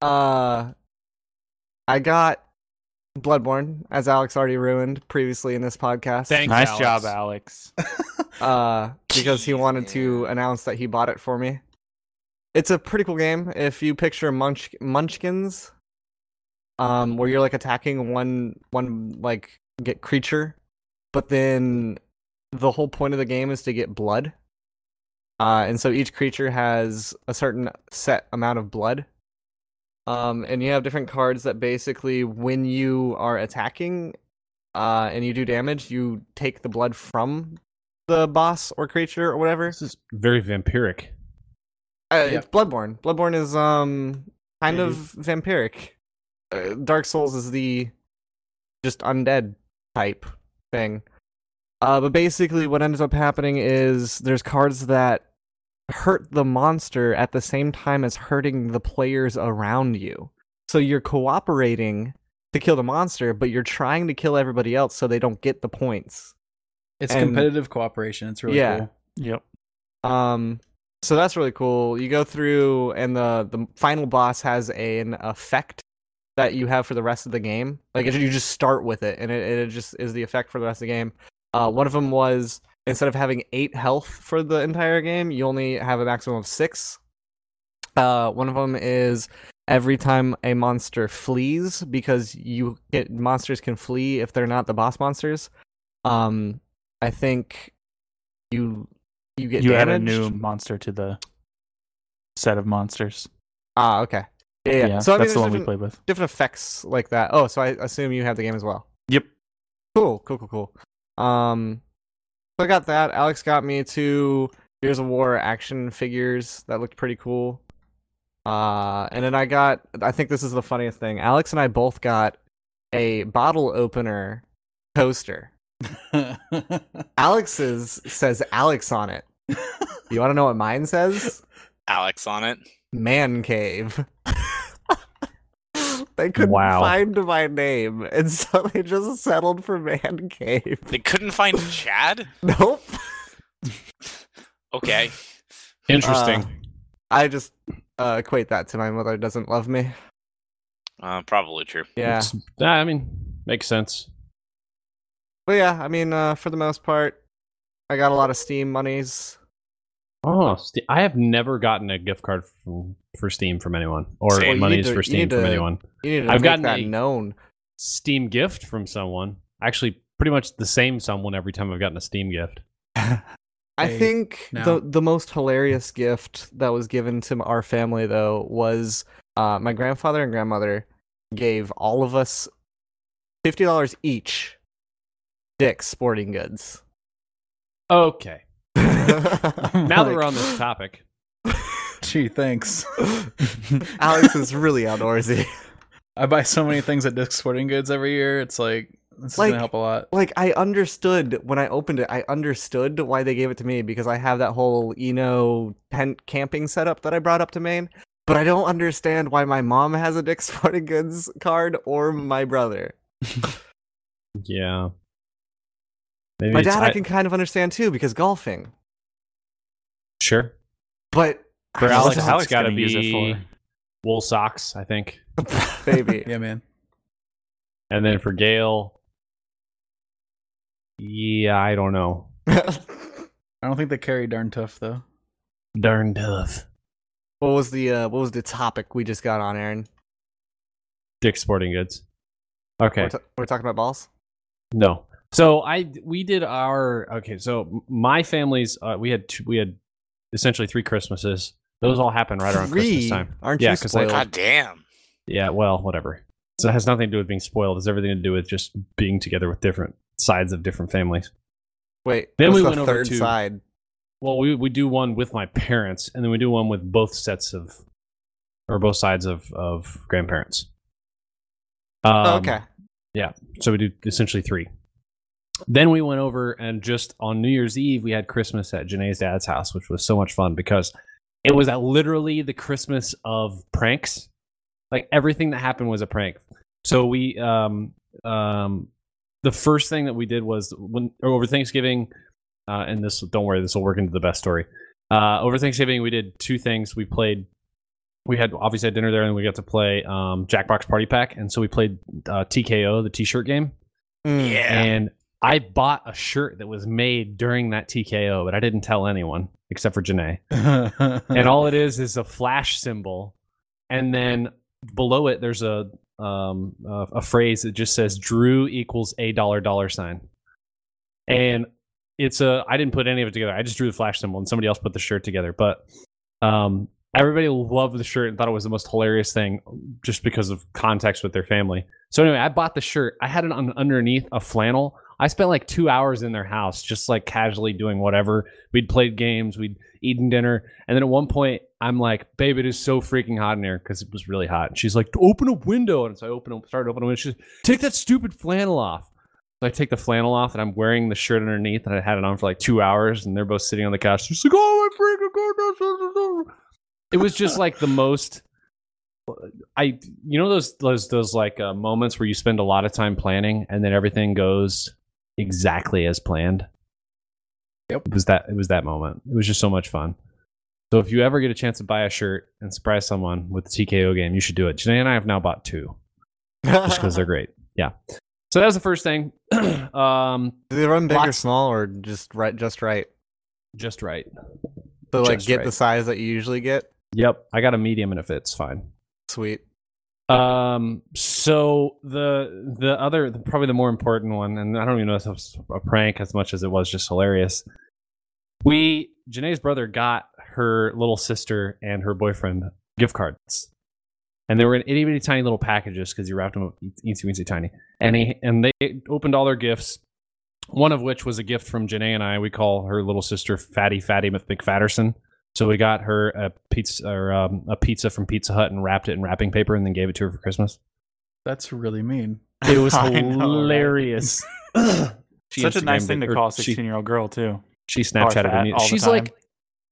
S2: uh, I got Bloodborne, as Alex already ruined previously in this podcast.
S1: Thanks,
S5: Nice
S1: Alex.
S5: job, Alex.
S2: uh, because he
S4: Jeez,
S2: wanted to
S4: man.
S2: announce that he bought it for me. It's a pretty cool game. If you picture munch- Munchkins, um, where you're like attacking one one like get creature, but then the whole point of the game is to get blood. Uh, and so each creature has a certain set amount of blood. Um, and you have different cards that basically, when you are attacking uh, and you do damage, you take the blood from the boss or creature or whatever.
S1: This is very vampiric.
S2: Uh,
S3: Yeah.
S2: It's Bloodborne. Bloodborne is um kind of vampiric. Uh, Dark Souls is the just undead type thing. Uh, but basically, what ends up happening is there's cards that hurt the monster at the same time as hurting the players around you. So you're cooperating to kill the monster, but you're trying to kill everybody else so they don't get the points.
S3: It's
S2: And-
S3: competitive cooperation. It's really
S2: Yeah.
S3: cool.
S5: Yep.
S2: Um, so that's really cool. You go through, and the the final boss has a, an effect that you have for the rest of the game. Like it, you just start with it, and it, it just is the effect for the rest of the game. Uh, one of them was instead of having eight health for the entire game, you only have a maximum of six. Uh, one of them is every time a monster flees because you it, monsters can flee if they're not the boss monsters. Um, I think you you get
S5: you
S2: damaged.
S5: add a new monster to the set of monsters.
S2: Ah, okay. Yeah, yeah. so I mean,
S5: that's
S2: there's
S5: the one we
S2: different,
S5: played with.
S2: different effects like that. Oh, so I assume you have the game as well.
S5: Yep.
S2: Cool, cool, cool, cool. Um, so I got that. Alex got me two Gears of War action figures that looked pretty cool. Uh, and then I got. I think this is the funniest thing. Alex and I both got a bottle opener coaster. Alex's says Alex on it. You want to know what mine says?
S4: Alex on it.
S2: man cave. they couldn't
S1: Wow.
S2: find my name, and so they just settled for man cave.
S4: They couldn't find Chad?
S2: Nope.
S4: Okay.
S1: Interesting.
S2: Uh, I just uh, equate that to my mother doesn't love me.
S4: Uh, probably true.
S2: Yeah.
S1: It's- ah, I mean, makes sense.
S2: But yeah, I mean, uh, for the most part, I got a lot of Steam monies.
S1: Oh, Ste- I have never gotten a gift card from, for Steam from anyone or
S4: Same. Well, you
S1: monies
S2: need to-
S1: for
S2: you
S1: Steam
S2: need
S1: from
S2: to-
S1: anyone.
S2: You need to
S1: I've
S2: make
S1: gotten
S2: that
S1: a-
S2: known.
S1: Steam gift from someone. Actually, pretty much the same someone every time I've gotten a Steam gift.
S2: I
S3: Hey,
S2: think
S3: now.
S2: the the most hilarious gift that was given to m- our family though was uh, my grandfather and grandmother gave all of us fifty dollars each. Dick's Sporting Goods.
S1: Okay.
S2: now
S1: Now that we're on this topic,
S3: Gee, thanks.
S2: Alex is really outdoorsy.
S3: I buy so many things at Dick's Sporting Goods every year. It's like this is
S2: Like-
S3: gonna help a lot.
S2: Like I understood when I opened it, I understood why they gave it to me because I have that whole Eno tent camping setup that I brought up to Maine. But I don't understand why my mom has a Dick's Sporting Goods card or my brother.
S1: Yeah. Maybe
S2: my
S1: it's-
S2: dad I can kind of understand too because golfing.
S1: sure.
S2: But
S5: For
S2: I
S5: Alex,
S2: just-
S5: Alex
S1: gotta
S5: gonna use it for-
S1: wool socks, I think.
S2: baby.
S3: Yeah, man.
S1: And then for Gail, yeah, I don't know.
S3: I don't think they carry darn tough though.
S1: Darn tough.
S2: what was the uh, what was the topic we just got on, Aaron?
S1: Dick Sporting Goods. Okay.
S2: We're, ta- we're talking about balls.
S1: No. So I we did our okay. So m- my family's uh, we had two, we had essentially three Christmases. Those all happened right around Christmas
S2: Three?
S1: time.
S2: Aren't
S1: Yeah,
S2: you
S1: 'cause I-
S2: spoiled?
S4: God damn.
S1: Yeah. Well, whatever. So it has nothing to do with being spoiled. It's everything to do with just being together with different sides of different families.
S2: Wait,
S1: Then
S2: what's
S1: we
S2: the
S1: went over
S2: third
S1: to- um,
S2: side.
S1: Well, we we do one with my parents, and then we do one with both sets of, or both sides of of grandparents. Um,
S2: Oh, okay.
S1: So we do essentially three. Then we went over and just on New Year's Eve we had Christmas at Janae's dad's house, which was so much fun because it was uh, literally the Christmas of pranks. Like everything that happened was a prank. So we um um the first thing that we did was when over Thanksgiving, uh, and this don't worry, this will work into the best story. Uh, over Thanksgiving we did two things. We played we had obviously had dinner there and we got to play um, Jackbox Party Pack, and so we played uh, TKO, the T-shirt game,
S2: Mm.
S4: Yeah.
S1: and I bought a shirt that was made during that TKO, but I didn't tell anyone except for Janae. And all it is is a flash symbol, and then below it there's a um, a, a phrase that just says "Drew equals a dollar dollar sign," and it's a I didn't put any of it together. I just drew the flash symbol, and somebody else put the shirt together. But um, everybody loved the shirt and thought it was the most hilarious thing, just because of context with their family. So anyway, I bought the shirt. I had it on underneath a flannel. I spent like two hours in their house, just like casually doing whatever. We'd played games, we'd eaten dinner, and then at one point, I'm like, "Babe, it is so freaking hot in here because it was really hot." And she's like, "Open a window," and so I open, started opening. a window. She's "Take that stupid flannel off." So I take the flannel off, and I'm wearing the shirt underneath, and I had it on for like two hours, and they're both sitting on the couch. She's like, "Oh my freaking goodness!" It was just like the most. I you know those those those like uh, moments where you spend a lot of time planning and then everything goes exactly as planned.
S3: Yep.
S1: It was that it was that moment. It was just so much fun. So if you ever get a chance to buy a shirt and surprise someone with the TKO game, you should do it. Janae and I have now bought two just because they're great. Yeah. So that was the first thing. um,
S2: Do they run big or
S1: Lots-
S2: small or just right? Just right.
S1: just right.
S2: So like
S1: Just
S2: get
S1: right.
S2: the size that you usually get.
S1: Yep. I got a medium and it fits fine.
S2: Sweet.
S1: Um. So the the other probably the more important one, and I don't even know if it was a prank as much as it was just hilarious. We Janae's brother got her little sister and her boyfriend gift cards, and they were in itty bitty tiny little packages because he wrapped them up eensy weensy tiny. And he and they opened all their gifts. One of which was a gift from Janae and I. We call her little sister Fatty Fatty McFatterson. So we got her a pizza or um, a pizza from Pizza Hut and wrapped it in wrapping paper and then gave it to her for Christmas.
S3: That's really mean.
S1: It was
S5: I know, right?
S1: hilarious. She
S5: Such a nice
S1: Instagrammed
S5: thing
S1: it-
S5: to
S1: or
S5: call a
S1: she-
S5: 16 year old girl, too.
S1: She Snapchatted
S5: fat
S1: her.
S5: all the
S1: She's
S5: time.
S1: like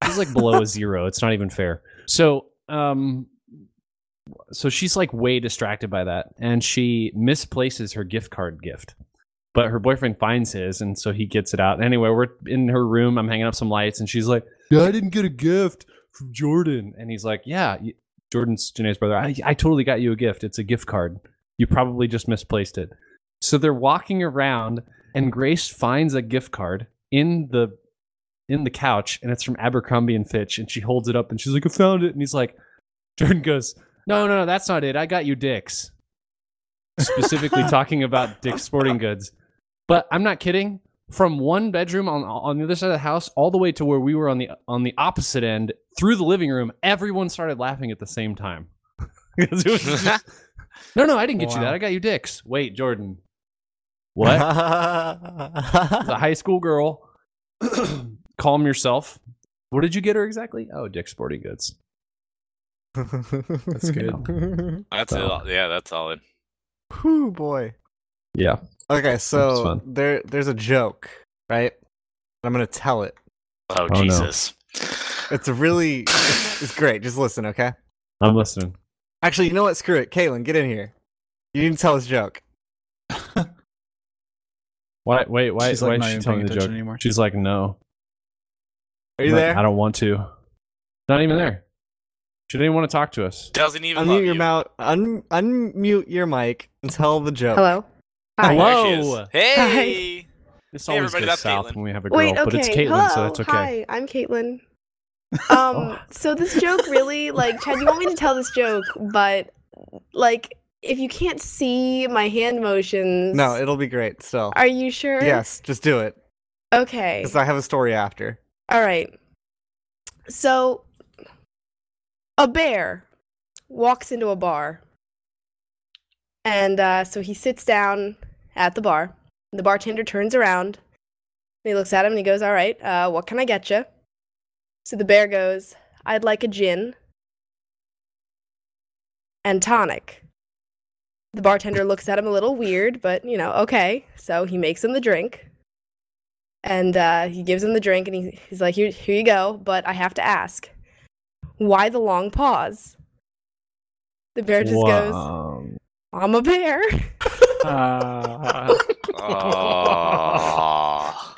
S1: she's like below a zero. It's not even fair. So um so she's like way distracted by that and she misplaces her gift card gift. But her boyfriend finds his and so he gets it out. Anyway, we're in her room. I'm hanging up some lights and she's like, "Yeah, I didn't get a gift from Jordan." And he's like, "Yeah, you- Jordan's Janae's brother. I I totally got you a gift. It's a gift card. You probably just misplaced it." So they're walking around and Grace finds a gift card in the in the couch and it's from Abercrombie and Fitch and she holds it up and she's like, I found it. And he's like, Jordan goes, No, no, no, that's not it. I got you dicks. Specifically talking about Dick's sporting goods. But I'm not kidding. From one bedroom on on the other side of the house, all the way to where we were on the on the opposite end, through the living room, everyone started laughing at the same time. 'Cause it was just- no, no, I didn't get you
S3: Wow.
S1: that. I got you dicks. Wait, Jordan. What? As a
S2: What?
S1: high school girl. Calm yourself. What did you get her exactly? Oh, Dick's Sporting Goods.
S2: That's
S3: good.
S4: That's
S1: So-
S4: it. Yeah, that's solid.
S2: Whoo boy.
S1: Yeah.
S2: Okay, so
S1: fun.
S2: there there's a joke, right? I'm gonna tell it.
S4: Oh,
S1: no.
S4: Jesus.
S2: It's a really it's, it's great. Just listen, okay?
S1: I'm listening.
S2: Actually, you know what? Screw it. Caitlin, get in here. You need to tell this joke.
S1: Why? Wait. Why?
S3: She's like
S1: why
S3: not
S1: is she
S3: even
S1: telling
S3: paying
S1: the joke?
S3: attention anymore.
S1: She's like, no.
S2: Are you
S1: Like,
S2: there?
S1: I don't want to. Not even there. She didn't even want to talk to us.
S4: Doesn't even love
S2: Unmute your
S4: you.
S2: mouth. Un- unmute your mic and tell the joke.
S6: Hello.
S4: There
S6: Hi.
S1: Hello?
S4: she is.
S1: Hello.
S4: Hey.
S1: This
S4: Hey,
S1: always
S4: everybody,
S1: goes
S4: that's
S1: south
S4: Caitlin.
S1: when we have a girl,
S6: Wait. Okay.
S1: but it's Caitlin,
S6: Hello.
S1: so that's okay. Oh.
S6: Hi. I'm Caitlin. Um. so this joke really like Chad. You want me to tell this joke, but like if you can't see my hand motions,
S2: No, it'll be great still.
S6: are you sure?
S2: Yes, just do it.
S6: Okay.
S2: Because I have a story after.
S6: All right. So a bear walks into a bar. And uh, so he sits down at the bar. The bartender turns around. And he looks at him and he goes, All right, uh, what can I get you? So the bear goes, I'd like a gin and tonic. The bartender looks at him a little weird, but you know, okay. So he makes him the drink and uh, he gives him the drink and he, he's like here, here you go but i have to ask why the long pause the bear just goes
S1: Wow.
S6: i'm a bear
S3: Oh,
S5: Uh,
S4: Aw.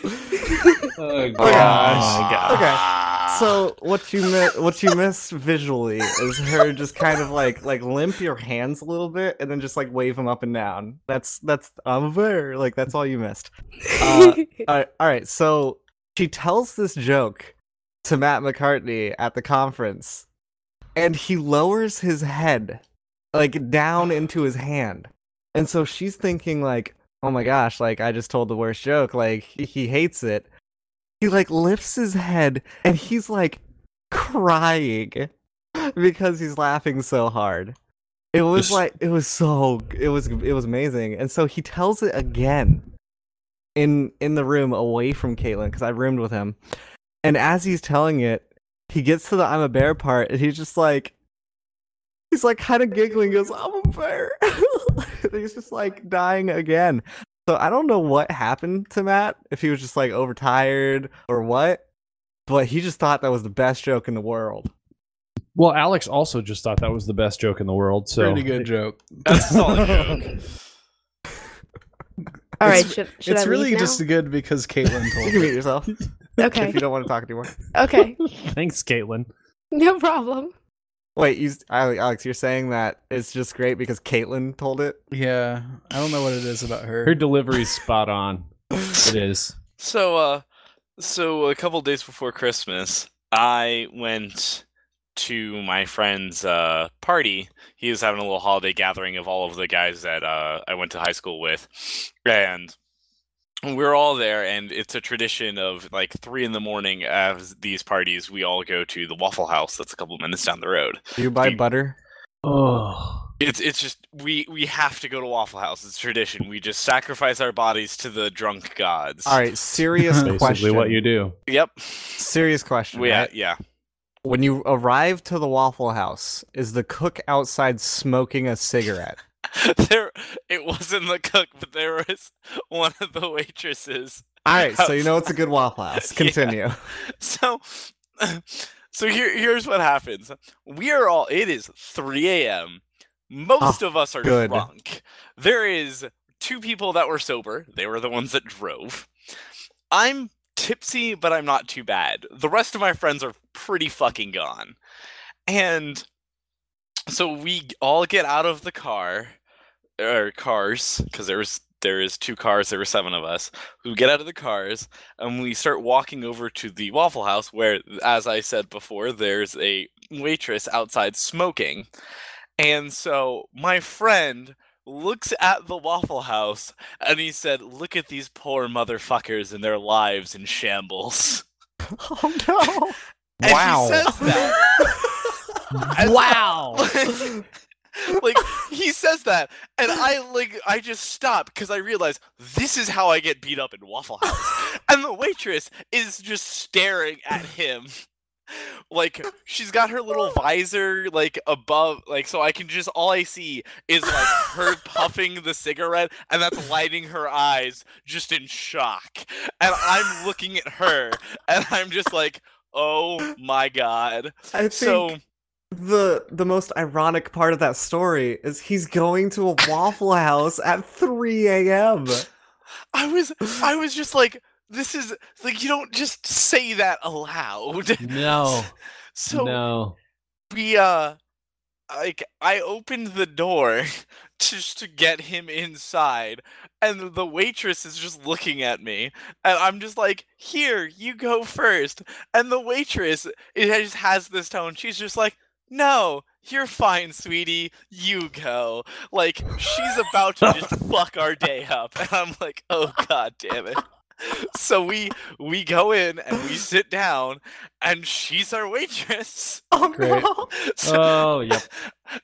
S1: Oh,
S4: Ah.
S5: gosh.
S2: So what you mi- what you miss visually is her just kind of like like limp your hands a little bit and then just like wave them up and down. That's that's I'm a bear. Like that's all you missed. Uh, All right, all right. So she tells this joke to Matt McCartney at the conference, and he lowers his head like down into his hand, and so she's thinking like, "Oh my gosh! Like I just told the worst joke. Like he- he hates it." He like lifts his head and he's like crying because he's laughing so hard. It was
S4: This-
S2: like it was so it was it was amazing, and so he tells it again in in the room away from Caitlin because I roomed with him. And as he's telling it, he gets to the I'm a bear part and he's just like he's like kind of giggling, goes, I'm a bear. And he's just like dying again. So I don't know what happened to Matt, if he was just like overtired or what, but he just thought that was the best joke in the world.
S1: Well, Alex also just thought that was the best joke in the world. So
S3: Pretty good joke.
S4: That's a solid joke.
S6: all right
S3: It's-
S6: should, should
S3: it's
S6: i leave
S3: really
S6: now?
S3: just good because Caitlin
S2: You
S3: told
S2: can
S3: me.
S2: mute yourself
S6: okay
S2: if you don't want to talk anymore.
S6: okay
S1: Thanks, Caitlin.
S6: no problem
S2: Wait, you, Alex, you're saying that it's just great because Caitlin told it?
S3: Yeah, I don't know what it is about her.
S1: Her delivery's spot on. It is.
S4: So, uh, so a couple days before Christmas, I went to my friend's uh, party. He was having a little holiday gathering of all of the guys that uh, I went to high school with, and we we're all there. And it's a tradition of like three in the morning as these parties, we all go to the Waffle House. That's a couple minutes down the road.
S2: Do you buy
S4: You-
S2: butter?
S1: Oh.
S4: It's it's just we we have to go to Waffle House. It's tradition. We just sacrifice our bodies to the drunk gods.
S2: All right, serious
S3: Basically
S1: Basically,
S2: question.
S1: what you do.
S4: Yep.
S2: serious question.
S4: We,
S2: right?
S4: yeah.
S2: When you arrive to the Waffle House, is the cook outside smoking a cigarette?
S4: there it wasn't the cook but there was one of the waitresses
S2: All right, so you know it's a good Waffle House.
S4: Yeah.
S2: Continue.
S4: so so here here's what happens we are all it is 3 a.m most of us are
S2: good.
S4: drunk there is two people that were sober they were the ones that drove i'm tipsy but i'm not too bad the rest of my friends are pretty fucking gone and so we g- all get out of the car or cars because there was there is two cars there were seven of us who get out of the cars and we start walking over to the waffle house where as i said before there's a waitress outside smoking and so my friend looks at the waffle house and he said look at these poor motherfuckers and their lives in shambles
S2: oh no!
S4: and
S2: Wow.
S4: he says that
S2: Wow!
S4: like, like, he says that and i like i just stop because i realize this is how i get beat up in waffle house and the waitress is just staring at him like she's got her little visor like above like so i can just all i see is like her puffing the cigarette and that's lighting her eyes just in shock and i'm looking at her and i'm just like oh my god
S2: I think
S4: so
S2: the the most ironic part of that story is he's going to a Waffle House at 3 a.m.
S4: i was i was just like this is like you don't just say that aloud
S1: No,
S4: so
S1: no.
S4: we uh like I opened the door just to get him inside and the waitress is just looking at me and I'm just like here you go first and the waitress it just has this tone she's just like no you're fine sweetie you go like she's about to just fuck our day up and I'm like oh god damn it so we we go in and we sit down and she's our waitress
S2: Oh
S1: Great.
S2: no!
S4: so,
S1: Oh, yep.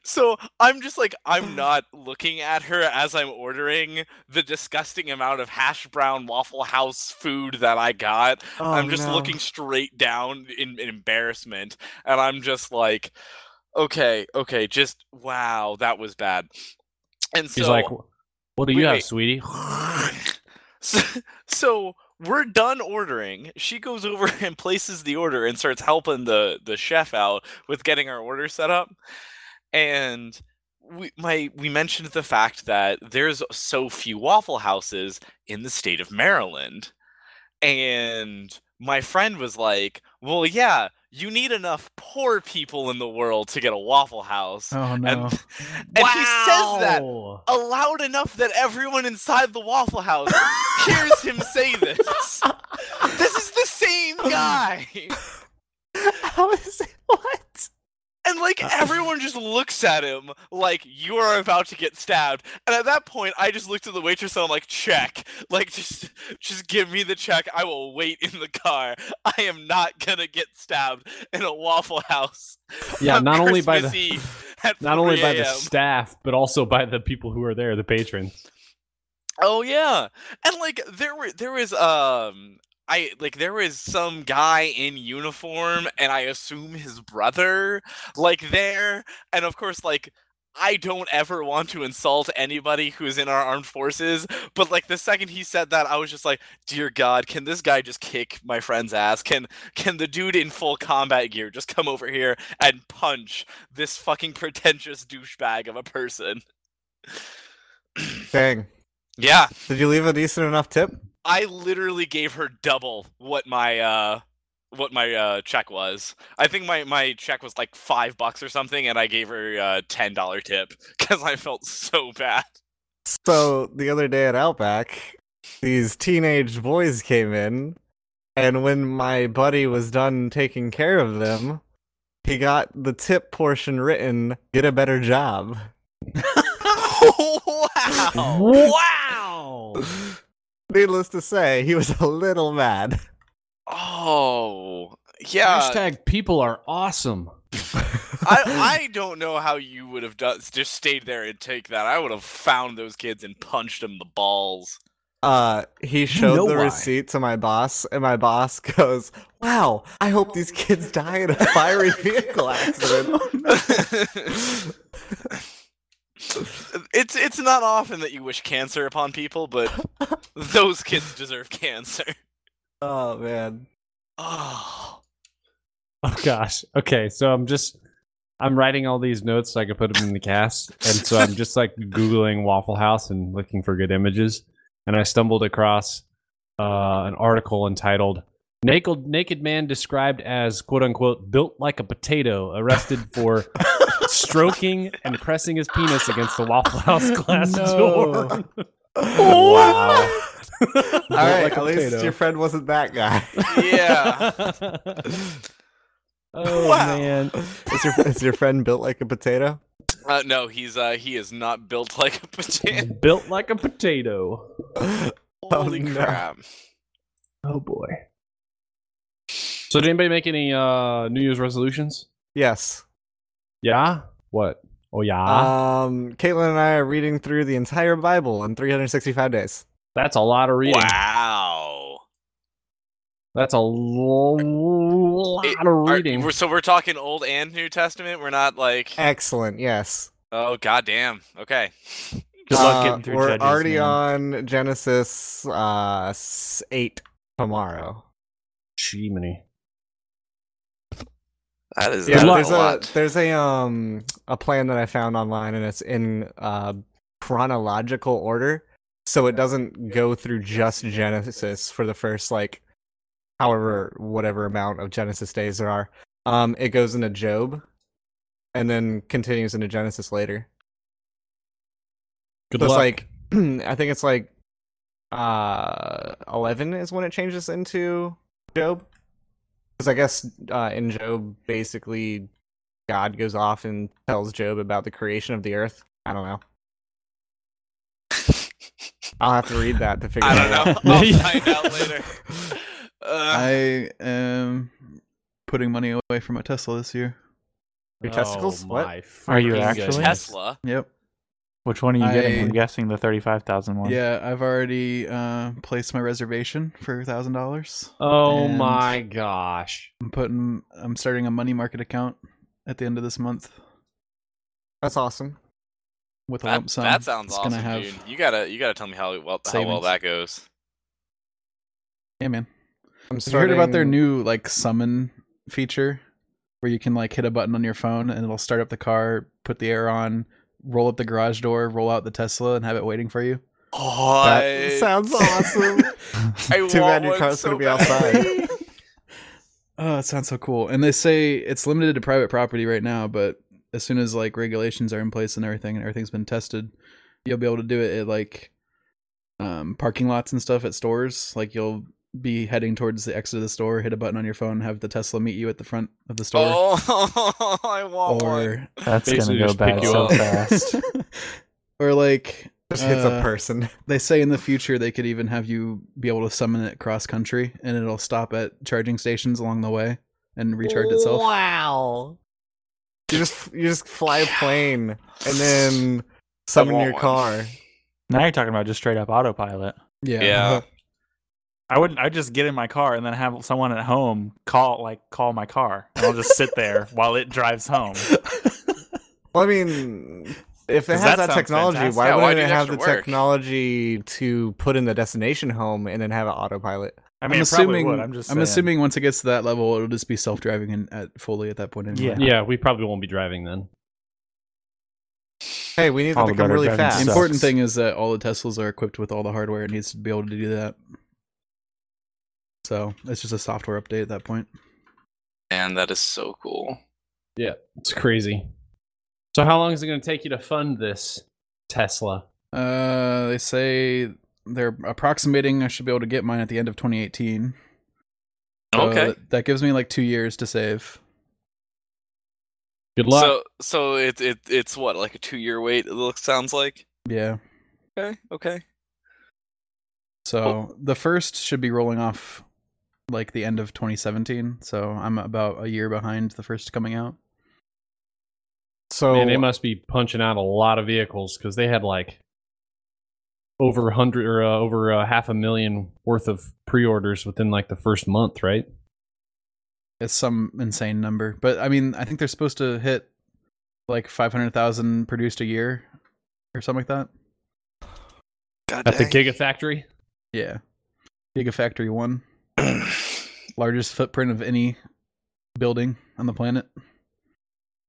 S4: so I'm just like I'm not looking at her as I'm ordering the disgusting amount of hash brown waffle house food that I got.
S2: Oh,
S4: I'm just
S2: no.
S4: looking straight down in, in embarrassment and I'm just like okay, okay, just wow, that was bad. And so
S1: She's like, "What do you
S4: Wait,
S1: have,
S4: wait.
S1: sweetie?"
S4: so, so we're done ordering. She goes over and places the order and starts helping the the chef out with getting our order set up. And we my we mentioned the fact that there's so few waffle houses in the state of Maryland. And my friend was like, "Well, yeah, you need enough poor people in the world to get a waffle house."
S3: Oh
S4: And,
S3: no.
S4: and he says that aloud enough that everyone inside the Waffle House hears him say this. This is the same guy.
S2: How is it? What?
S4: And like everyone just looks at him like you are about to get stabbed. And at that point I just looked at the waitress and I'm like, check. Like just just give me the check. I will wait in the car. I am not gonna get stabbed in a waffle house.
S1: Yeah,
S4: on
S1: not only by
S4: Christmas
S1: the
S4: Eve at
S1: not only by the
S4: 3 a.m..
S1: staff, but also by the people who are there, the patrons.
S4: Oh yeah. And like there were there was um I like there was some guy in uniform and I assume his brother like there and of course like I don't ever want to insult anybody who's in our armed forces, but like the second he said that I was just like, "Dear god, can this guy just kick my friend's ass? Can can the dude in full combat gear just come over here and punch this fucking pretentious douchebag of a person?"
S2: Dang.
S4: Yeah.
S2: Did you leave a decent enough tip?
S4: I literally gave her double what my uh what my uh check was. I think my my check was like 5 bucks or something and I gave her a $10 tip cuz I felt so bad.
S2: So the other day at Outback, these teenage boys came in, and when my buddy was done taking care of them, he got the tip portion written, get a better job.
S4: wow. Wow.
S2: Needless to say, he was a little mad.
S4: Oh. Yeah.
S1: Hashtag people are awesome.
S4: I I don't know how you would have done just stayed there and take that. I would have found those kids and punched them the balls.
S2: Uh, he showed
S1: know
S2: the
S1: why.
S2: receipt to my boss, and my boss goes, "Wow, I hope these kids die in a fiery vehicle accident."
S4: it's it's not often that you wish cancer upon people, but those kids deserve cancer.
S2: Oh man,
S4: Oh,
S1: Oh gosh. Okay, so I'm just I'm writing all these notes so I can put them in the cast, and so I'm just like googling Waffle House and looking for good images, and I stumbled across uh, an article entitled "Naked Naked Man Described as quote unquote built like a potato, arrested for stroking and pressing his penis against the Waffle House glass door."
S2: wow. All
S1: Built
S2: right,
S1: like a
S2: at least
S1: potato.
S2: your friend wasn't that guy.
S4: yeah.
S1: oh
S4: Wow.
S1: man.
S2: is your is your friend built like a potato?
S4: Uh, no, he's uh, he is not built like a potato.
S1: built like a potato.
S4: Holy
S2: no.
S4: crap!
S1: Oh boy. So did anybody make any uh New Year's resolutions?
S2: Yes.
S1: Yeah? What? Oh yeah.
S5: Ah.
S2: Um, Caitlin and I are reading through the entire Bible in 365 days.
S1: That's a lot of reading.
S4: Wow.
S1: That's a lot
S4: It-
S1: of
S4: Are-
S1: reading.
S4: we're- so we're talking Old and New Testament. We're not like
S2: Excellent. Yes.
S4: oh goddamn. Okay.
S5: Good luck
S2: Uh,
S5: getting through
S2: We're
S5: Judges,
S2: already
S5: man.
S3: uh,
S2: on Genesis uh, s- eight tomorrow.
S1: Jiminy.
S4: That is
S1: Yeah,
S4: that is
S1: luck.
S2: there's
S4: a lot.
S2: there's a um a plan that I found online, and it's in uh chronological order, so it doesn't go through just Genesis for the first like however whatever amount of Genesis days there are. Um, it goes into Job, and then continues into Genesis later.
S1: Good
S2: So it's
S1: luck.
S2: like I think it's like uh eleven is when it changes into Job. Because I guess uh, in Job, basically, God goes off and tells Job about the creation of the earth. I don't know. I'll have to read that to figure.
S4: I
S2: it out.
S4: don't know. I'll find out later. Uh,
S3: I am putting money away for my Tesla this year.
S2: Your testicles? What?
S5: Are you
S1: Oh, freaking
S5: actually?
S1: goodness.
S4: Uh, Tesla.
S3: Yep.
S5: Which one are you getting?
S3: I-
S5: I'm guessing the thirty-five thousand one.
S3: Yeah, I've already uh, placed my reservation for thousand dollars.
S1: Oh
S3: And-
S1: my gosh.
S3: I'm putting. I'm starting a money market account at the end of this month
S2: That's awesome.
S3: with a
S4: That,
S3: lump sum.
S4: that sounds
S3: It's
S4: awesome,
S3: gonna have,
S4: dude. You gotta you gotta tell me how well how
S3: savings.
S4: well that goes.
S3: Yeah, man.
S2: I'm
S3: Have you heard about their
S2: starting-
S3: new like summon feature where you can like hit a button on your phone and it'll start up the car, put the air on, roll up the garage door, roll out the Tesla, and have it waiting for you?
S4: Oh,
S2: That sounds awesome.
S4: I
S2: Too bad
S4: want
S2: your
S4: one
S2: car's
S4: so
S2: gonna be
S4: bad.
S2: outside.
S3: Oh, it sounds so cool. And they say it's limited to private property right now, but as soon as like regulations are in place and everything and everything's been tested, you'll be able to do it at like um parking lots and stuff at stores. Like you'll be heading towards the exit of the store, hit a button on your phone, have the Tesla meet you at the front of the store.
S4: Oh, I want one.
S3: or
S5: That's gonna
S1: Basically
S5: go
S1: just pick
S5: bad
S1: you
S5: so
S1: up.
S5: fast.
S3: or like
S2: Just hits a
S3: uh,
S2: person.
S3: They say in the future they could even have you be able to summon it cross country and it'll stop at charging stations along the way and recharge itself.
S2: Wow. You just you just fly a plane and then summon
S4: want
S2: your
S4: one.
S2: car.
S5: now you're talking about just straight up autopilot.
S3: Yeah.
S4: Yeah.
S5: I wouldn't. I'd just get in my car and then have someone at home call, like call my car, and I'll just sit there while it drives home.
S2: Well, I mean, if it has
S5: 'Cause
S2: that,
S5: that sounds
S2: technology,
S5: fantastic.
S2: why
S4: Yeah, why
S2: wouldn't
S4: do
S2: it have
S4: extra
S2: the
S4: work?
S2: technology to put in the destination home and then have an autopilot?
S5: I mean,
S3: I'm
S5: it probably
S3: assuming.
S5: would. I'm just.
S3: I'm
S5: saying.
S3: assuming once it gets to that level, it'll just be self-driving and at fully at that point. Anyway.
S5: Yeah.
S1: Yeah, we probably won't be driving then.
S2: Hey, we need
S5: All
S2: that to
S5: the
S2: come
S5: better
S2: really
S5: driving
S3: The
S2: fast.
S5: sucks.
S3: important thing is that all the Teslas are equipped with all the hardware it needs to be able to do that. So it's just a software update at that point.
S4: Man, that is so cool.
S1: It's crazy. So how long is it going to take you to fund this Tesla?
S3: Uh, they say they're approximating. I should be able to get mine at the end of 2018. So
S4: Okay.
S3: that- that gives me like two years to save.
S1: Good luck.
S4: So so it it it's what like a two year wait. It looks sounds like.
S3: Yeah.
S4: Okay. Okay.
S3: So the first should be rolling off like the end of 2017. So I'm about a year behind the first coming out.
S2: So
S1: Man, they must be punching out a lot of vehicles because they had like over a hundred or uh, over uh, half a million worth of pre-orders within like the first month, right?
S3: It's some insane number, but I mean, I think they're supposed to hit like 500,000 produced a year or something like that.
S4: God
S1: At the
S4: dang.
S1: Gigafactory.
S3: Yeah. Gigafactory 1, largest footprint of any building on the planet.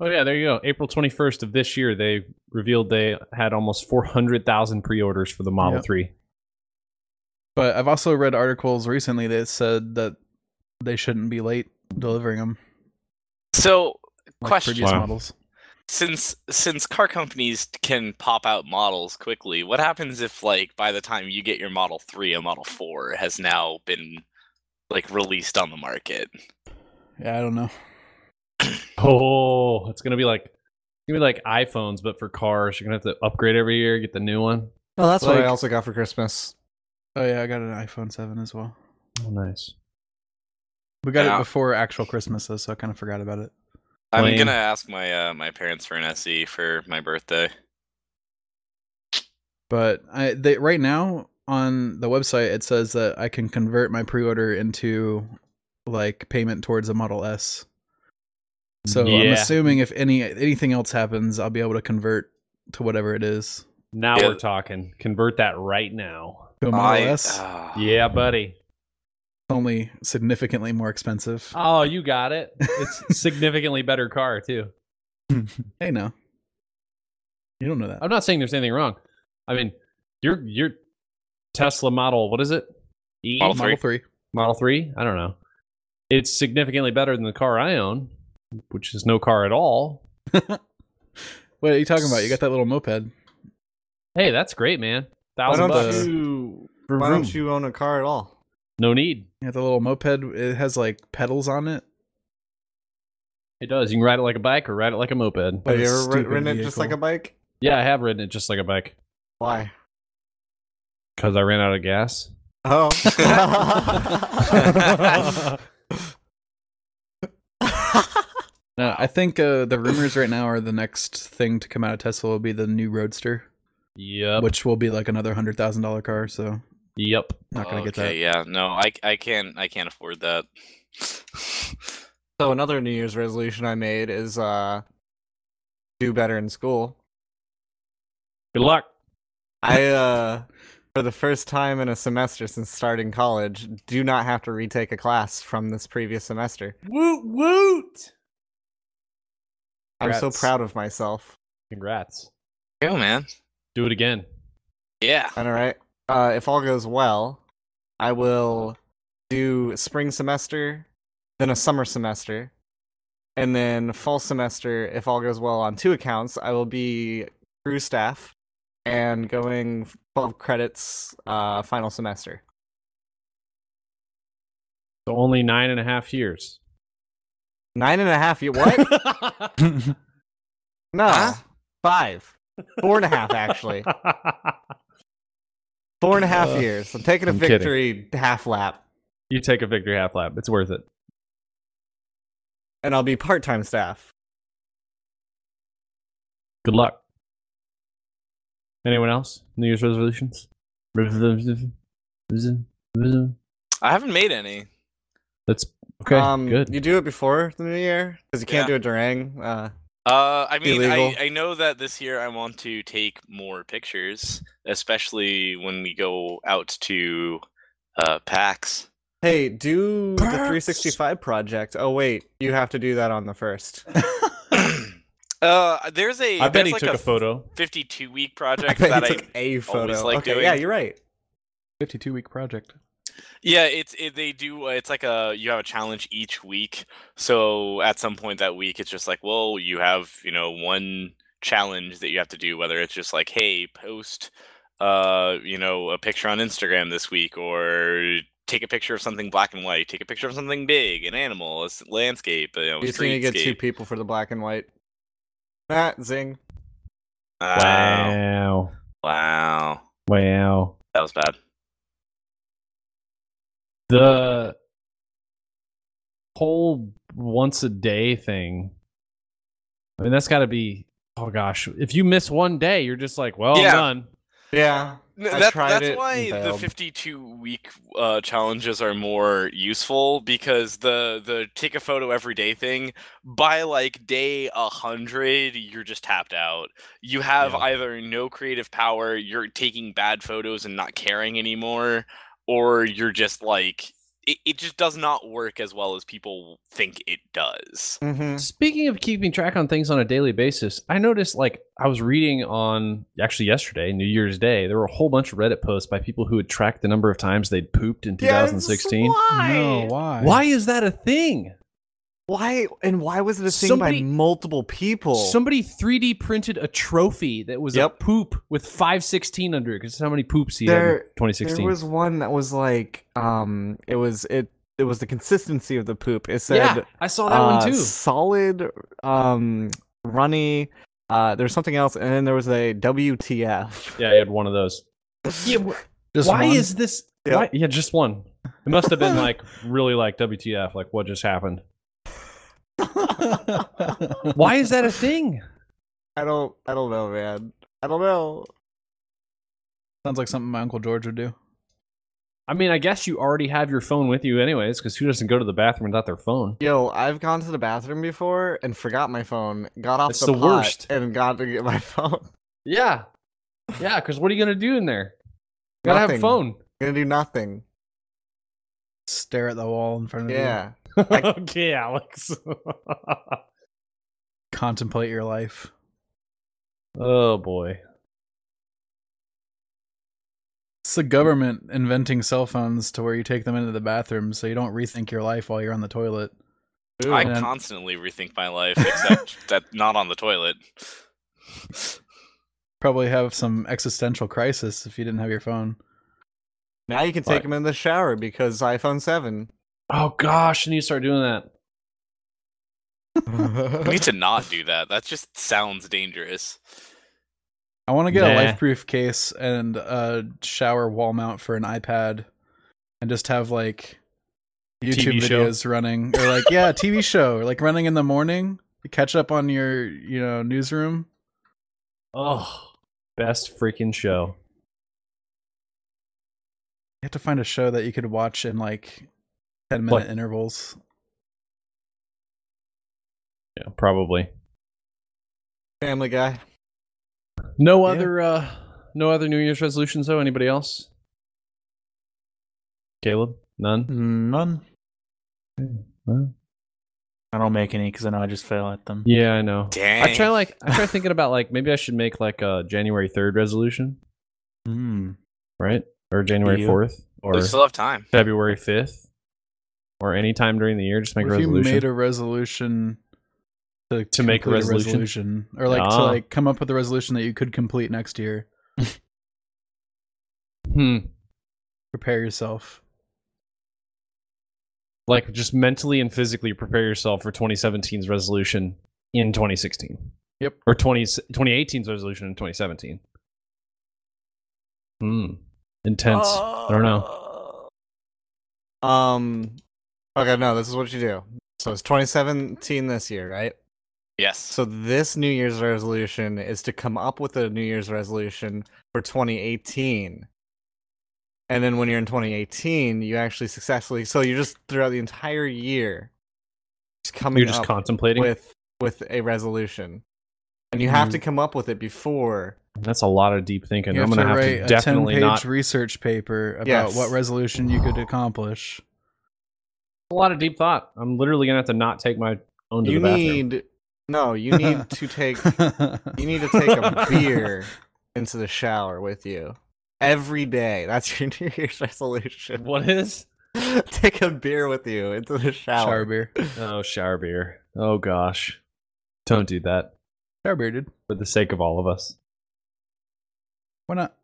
S1: Oh yeah, there you go. April twenty first of this year, they revealed they had almost four hundred thousand pre-orders for the Model
S3: Yep.
S1: Three.
S3: But I've also read articles recently that said that they shouldn't be late delivering them.
S4: so
S3: Like
S4: Question.
S3: previous
S1: Wow.
S3: models.
S4: since since car companies can pop out models quickly, what happens if like by the time you get your Model Three, a Model Four has now been like released on the market?
S3: Yeah, I don't know.
S1: Oh, it's gonna be like it's gonna be like iPhones, but for cars. You're gonna have to upgrade every year, get the new one.
S2: oh, that's what I
S3: like-
S2: also got for Christmas.
S3: Oh yeah, I got an iPhone 7 as well.
S1: Oh, nice.
S3: We got
S4: Yeah.
S3: it before actual Christmas, though, so I kind of forgot about it.
S4: I'm
S1: Lame.
S4: gonna ask my uh, my parents for an SE for my birthday.
S3: But I, they, right now, on the website it says that I can convert my pre-order into like payment towards a Model S. So I'm
S1: Yeah.
S3: assuming if any anything else happens, I'll be able to convert to whatever it is.
S1: Now
S4: Yeah.
S1: we're talking. Convert that right now.
S3: To a Model S,
S4: ah.
S1: Yeah, buddy.
S3: only significantly more expensive.
S1: Oh, you got it. It's significantly better car too.
S3: Hey, no, you don't know that.
S1: I'm not saying there's anything wrong. I mean, your your Tesla model, what is it? E
S4: Model
S3: Model three.
S1: Model 3? I don't know. It's significantly better than the car I own, which is no car at all.
S3: What are you talking about? You got that little moped.
S1: Hey, that's great, man.
S2: Why
S1: Thousand
S2: don't
S1: bucks.
S2: you? Why don't you own a car at all?
S1: No need.
S3: You got the little moped. It has like pedals on it.
S1: It does. You can ride it like a bike or ride it like a moped.
S3: What
S2: Have
S3: a
S2: you ever ri-
S3: stupid
S2: ridden it just like a
S3: vehicle.
S2: bike?
S1: Yeah, I have ridden it just like a bike
S2: Why?
S1: because I ran out of gas.
S2: Oh.
S3: No, I think uh, the rumors right now are the next thing to come out of Tesla will be the new Roadster,
S1: Yep.
S3: which will be like another hundred thousand dollar car. So
S1: Yep.
S3: not gonna get
S4: Okay,
S3: that.
S4: Yeah, no, I I can't I can't afford that.
S2: so another New Year's resolution I made is uh, do better in school.
S1: Good luck.
S2: I uh for the first time in a semester since starting college, do not have to retake a class from this previous semester.
S1: Woot woot.
S2: I'm so
S3: Congrats.
S2: proud of myself.
S1: Congrats.
S4: Go man.
S1: Do it again.
S4: Yeah.
S2: And all right, uh, if all goes well, I will do spring semester, then a summer semester, and then fall semester. If all goes well, on two accounts, I will be crew staff and going 12 credits uh, final semester.
S1: So only nine and a half years.
S2: Nine and a half year. What? No,
S4: Huh?
S2: five, four and a half actually. Four and a half
S3: Uh,
S2: years. I'm taking a
S1: I'm kidding.
S2: victory half lap,
S1: you take a victory half lap. It's worth it.
S2: and I'll be part time staff.
S1: Good luck. Anyone else? New Year's resolutions? That's
S4: I haven't made any.
S1: okay.
S2: um,
S1: good.
S2: You do it before the new year because you can't
S4: Yeah.
S2: do a Durang. Uh,
S4: Uh, I mean, I,
S2: Illegal.
S4: I know that this year I want to take more pictures, especially when we go out to uh, PAX.
S2: hey, do the 365 project. Oh wait, you have to do that on the first.
S4: uh, there's a.
S1: I bet
S4: there's
S1: he
S4: like
S1: took a, photo.
S4: 52 week
S2: I
S4: project
S2: bet
S4: that
S2: you
S4: I.
S2: took a photo.
S4: like
S2: okay,
S4: doing-
S2: yeah, you're right.
S3: Fifty-two week project.
S4: Yeah, it's it, they do. uh, It's like a you have a challenge each week. So at some point that week, it's just like, well, you have you know one challenge that you have to do. Whether it's just like, hey, post, uh, you know, a picture on Instagram this week, or take a picture of something black and white, take a picture of something big, an animal, a s- landscape, you know,
S2: You just need to get two
S4: streetscape.
S2: people for the black and white. Ah, zing.
S1: Wow.
S4: Wow, wow,
S1: Wow.
S4: that was bad.
S1: The whole once a day thing. I mean, that's got to be. Oh gosh, if you miss one day, you're just like, well,
S4: Yeah.
S1: I'm done.
S2: Yeah.
S4: No,
S2: I
S4: that,
S2: tried
S4: that's
S2: it
S4: why
S2: and
S4: the
S2: failed.
S4: 52 week uh, challenges are more useful because the the take a photo every day thing by like day 100 you're just tapped out. You have
S1: Yeah.
S4: either no creative power, you're taking bad photos and not caring anymore or you're just like it, it just does not work as well as people think it does.
S2: Mm-hmm.
S1: Speaking of keeping track on things on a daily basis, I noticed like I was reading on actually yesterday, New Year's Day, there were a whole bunch of Reddit posts by people who had tracked the number of times they'd pooped in 2016.
S6: Why?
S3: No, why?
S1: Why is that a thing?
S2: Why and why was it a thing
S1: Somebody-
S2: by multiple people?
S1: Somebody 3D printed a trophy that was a
S2: Yep.
S1: poop with 516 under it because how many poops he
S2: There-
S1: had in 2016.
S2: There was one that was like, um, it was it it was the consistency of the poop. It said
S1: yeah, I saw that
S2: uh,
S1: one too.
S2: solid, um, runny. Uh, there was something else, and then there was a WTF.
S1: Yeah, he had one of those.
S3: Just
S1: why
S3: one?
S1: is this?
S2: Yeah.
S1: Why, yeah, just one. It must have been like really like WTF, like what just happened. Why is that a thing?
S2: I don't I don't know, man. I don't know.
S3: Sounds like something my uncle George would do.
S1: I mean, I guess you already have your phone with you, anyways, because who doesn't go to the bathroom without their phone?
S2: Yo, I've gone to the bathroom before and forgot my phone. Got off
S1: That's
S2: the,
S1: the
S2: pot
S1: worst.
S2: and got to get my phone.
S1: Yeah, yeah. Because what are you gonna do in there? You gotta have a
S2: Nothing.
S1: phone.
S2: Gonna do nothing.
S3: Stare at the wall in
S1: Mm-hmm.
S3: front of you.
S2: Yeah.
S1: okay, Alex.
S3: Contemplate your life.
S1: oh boy.
S3: It's the government inventing cell phones to where you take them into the bathroom so you don't rethink your life while you're on the toilet.
S4: I
S3: man.
S4: constantly rethink my life, except that not on the toilet.
S3: Probably have some existential crisis if you didn't have your phone.
S2: Now you can
S1: Right.
S2: take them in the shower because iPhone 7.
S1: Oh gosh, I need to start doing that.
S4: I need to not do that. That just sounds dangerous.
S3: I want to get a
S1: Nah.
S3: life-proof case and a shower wall mount for an iPad, and just have like YouTube
S1: TV show.
S3: videos running, or like yeah, TV show, or, like running in the morning. to Catch up on your you know newsroom.
S1: Oh, best freaking show.
S3: You have to find a show that you could watch in like ten minute
S1: Like-
S3: intervals.
S1: Yeah, probably.
S2: Family Guy.
S1: No
S3: Yeah.
S1: other uh no other New Year's resolutions though? Anybody else? Caleb? None?
S5: None.
S1: None?
S5: I don't make any because I know I just fail at them.
S1: Yeah, I know.
S4: Dang.
S1: I try like I try thinking about like maybe I should make like a January third resolution, Hmm,
S5: Mm.
S1: right? Or January
S5: you?
S1: fourth
S4: We
S1: or
S4: still have time.
S1: February fifth. Or any time during the year, just make a
S3: What if you
S1: resolution.
S3: made a resolution to,
S1: To make a
S3: complete
S1: resolution?
S3: or like to
S1: Ah.
S3: like come up with a resolution that you could complete next year.
S1: hmm.
S3: Prepare yourself.
S1: Like just mentally and physically prepare yourself for 2017's resolution in 2016.
S3: Yep.
S1: Or 20, 2018's resolution in 2017. Hmm. Intense. I don't know.
S2: Um. Okay, no, this is what you do. So it's 2017 this year, right?
S4: Yes.
S2: So this New Year's resolution is to come up with a New Year's resolution for 2018. And then when you're in 2018, you actually successfully so you're just throughout the entire year just coming
S1: You're just
S2: up
S1: contemplating.
S2: with with a resolution. And you have to
S1: Mm-hmm.
S2: come up with it before
S1: That's a lot of deep thinking.
S3: you
S1: I'm
S3: have
S1: gonna
S3: to
S1: have
S3: write
S1: to
S3: a
S1: definitely
S3: ten-page
S1: not.
S3: research paper about
S2: Yes.
S3: what resolution you could accomplish.
S1: a lot of deep thought. I'm literally gonna have to not take my own to
S2: you
S1: the bathroom.
S2: need no, you need to take you need to take a beer into the shower with you every day. That's your New Year's resolution.
S1: What is?
S2: Take a beer with you into the
S3: Shower
S2: shower.
S3: beer.
S1: Oh, shower beer. Oh gosh, don't do that
S3: Shower beer, dude.
S1: for the sake of all of us.
S3: Why not?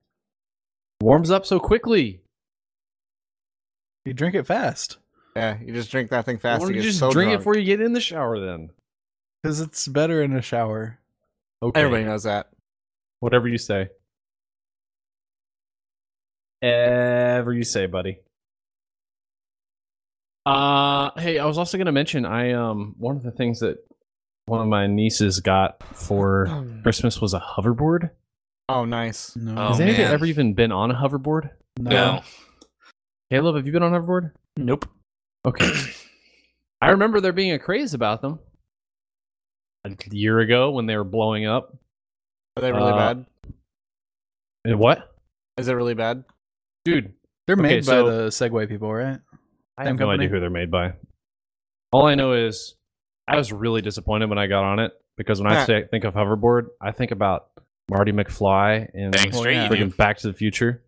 S1: Warms up so quickly.
S3: You drink it fast
S2: Yeah, you just drink that thing
S1: Why
S2: fast.
S1: don't
S2: you
S1: you
S2: get
S1: just
S2: so
S1: drink it
S2: drunk.
S1: before you get in the shower then?
S3: because it's better in a shower.
S1: Okay.
S2: Everybody knows that.
S1: Whatever you say. Ever you say, buddy. Uh hey, I was also gonna mention I um one of the things that one of my nieces got for Christmas was a hoverboard.
S2: Oh, nice.
S3: No.
S4: Oh,
S1: Has anybody
S4: man.
S1: ever even been on a hoverboard?
S3: no.
S4: no.
S1: Caleb, have you been on a hoverboard?
S5: Nope.
S1: Okay. I remember there being a craze about them a year ago when they were blowing up.
S2: Are they really
S1: Uh,
S2: bad?
S1: And what?
S2: Is it really bad?
S1: Dude,
S3: They're
S1: Okay,
S3: made by
S1: so-
S3: the Segway people, right?
S1: I
S3: Same
S1: have no
S3: company?
S1: idea who they're made by. All I know is I was really disappointed when I got on it because when I
S2: Huh.
S1: say think of hoverboard, I think about Marty McFly and
S4: Dang
S3: Well,
S4: straight
S3: yeah.
S4: you do.
S1: friggin' Back to the Future.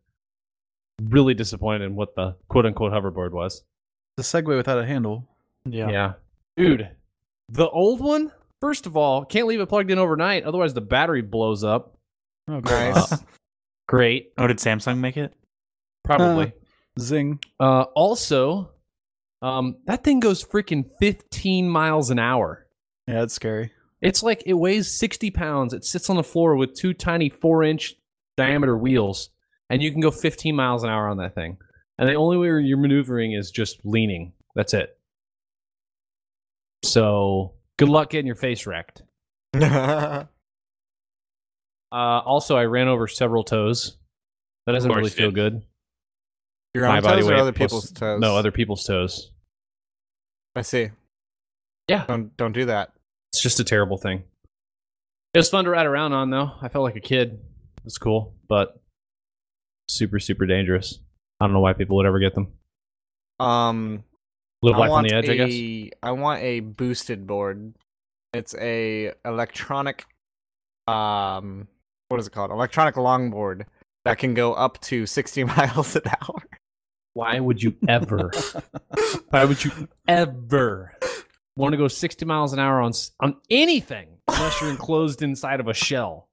S1: Really disappointed in what the quote unquote hoverboard was.
S3: The Segway without a handle.
S5: Yeah.
S1: Yeah. Dude, the old one, first of all, can't leave it plugged in overnight, otherwise the battery blows up.
S3: Oh, great.
S2: Nice.
S1: Great.
S5: Oh, did Samsung make it?
S1: Probably.
S3: Zing.
S1: Uh, also, um, that thing goes freaking 15 miles an hour.
S3: Yeah, it's scary.
S1: It's like it weighs 60 pounds. It sits on the floor with two tiny four inch diameter wheels, and you can go 15 miles an hour on that thing. And the only way you're maneuvering is just leaning. That's it. So good luck getting your face wrecked.
S2: yeah,
S1: Uh, also, I ran over several toes That doesn't
S4: course
S1: really
S4: you
S1: feel
S4: did.
S1: good.
S2: Your
S1: My
S2: own
S1: body
S2: toes or
S1: weight
S2: other
S1: plus-
S2: people's toes?
S1: No, other people's toes.
S2: I see.
S1: Yeah.
S2: Don't don't do that.
S1: It's just a terrible thing. It was fun to ride around on, though. I felt like a kid. It's cool, but super, super dangerous. I don't know why people would ever get them.
S2: Um,
S1: Live
S2: I
S1: life on
S2: want
S1: the edge, I guess.
S2: a- I want a boosted board. It's a electronic, um, what is it called? Electronic longboard that can go up to sixty miles an hour.
S1: Why would you ever? why would you ever want to go 60 miles an hour on s- on anything unless you're enclosed inside of a shell?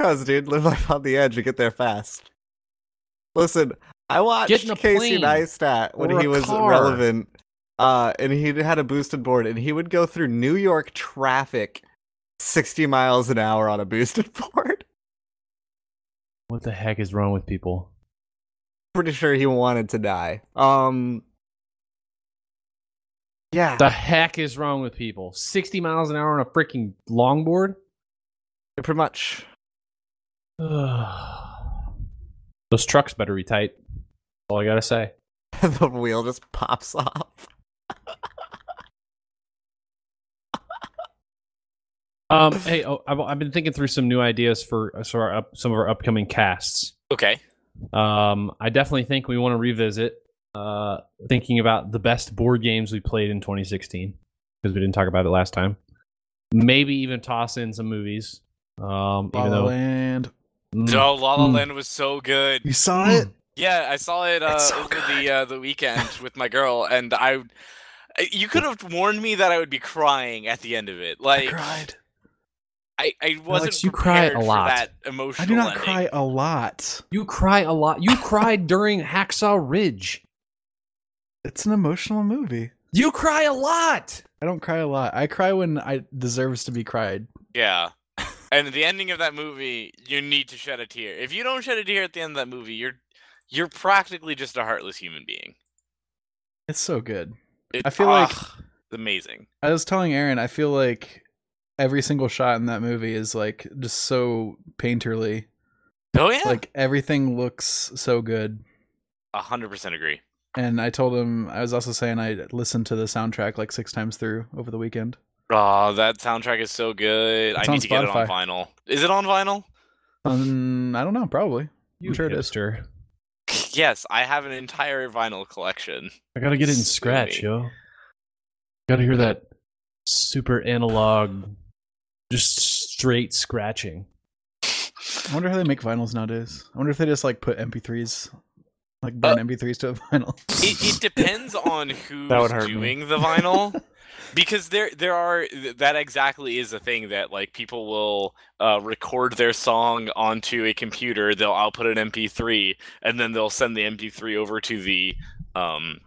S2: Cause, dude, live life on the edge. You get there fast. Listen, I watched
S1: Get in a
S2: Casey
S1: plane
S2: Neistat when
S1: or
S2: he
S1: a
S2: was
S1: car.
S2: relevant, uh, and he had a boosted board, and he would go through New York traffic, sixty miles an hour on a boosted board.
S1: What the heck is wrong with people?
S2: Pretty sure he wanted to die. Um, yeah,
S1: The heck is wrong with people? 60 miles an hour on a freaking longboard?
S2: pretty much.
S1: Those trucks better be tight. All I gotta say.
S2: the wheel just pops off.
S1: Um, hey, oh, I've, I've been thinking through some new ideas for uh, so our up, some of our upcoming casts.
S4: Okay.
S1: Um, I definitely think we want to revisit uh, thinking about the best board games we played in 2016 because we didn't talk about it last time. Maybe even toss in some movies. Um,
S3: La
S1: even
S3: La
S1: though
S3: Land.
S1: Mm, hmm.
S4: No, La La
S1: Mm.
S4: Land was so good.
S3: You saw it?
S4: Yeah, I saw it uh,
S3: It's so
S4: over the uh, the weekend with my girl, and I. You could have warned me that I would be crying at the end of it.
S3: I
S4: Like
S3: cried.
S4: I, I wasn't
S1: you cry a
S4: prepared
S1: lot.
S4: for that emotional.
S3: I do not
S4: ending.
S3: cry a lot.
S1: you cry a lot. You cried during Hacksaw Ridge.
S3: It's an emotional movie.
S1: You cry a lot.
S3: I don't cry a lot. I cry when I deserves to be cried.
S4: Yeah. And the ending of that movie, you need to shed a tear. If you don't shed a tear at the end of that movie, you're you're practically just a heartless human being.
S3: It's so good.
S4: It-
S3: I feel like-
S4: ah, amazing.
S3: I was telling Aaron, I feel like every single shot in that movie is like just so painterly.
S4: Oh yeah,
S3: Like everything looks so good.
S4: hundred percent agree.
S3: And I told him I was also saying I listened to the soundtrack like six times through over the weekend.
S4: Oh, that soundtrack is so good.
S3: It's
S4: I
S3: on
S4: need to get it on
S3: Spotify.
S4: vinyl. Is it on vinyl?
S3: Um, I don't know, probably.
S1: You
S3: sure it is.
S1: hipster.
S4: yes, I have an entire vinyl collection.
S1: I gotta get it in
S4: Sweet.
S1: scratch, yo. Gotta hear that super analog, just straight scratching.
S3: I wonder how they make vinyls nowadays. I wonder if they just like put MP3s, like burn MP3s to a vinyl.
S4: Uh. It, it depends on who's
S5: That would hurt me.
S4: doing the vinyl. because there there are th- that exactly is a thing that like people will uh, record their song onto a computer they'll output an mp3 and then they'll send the mp3 over to the um,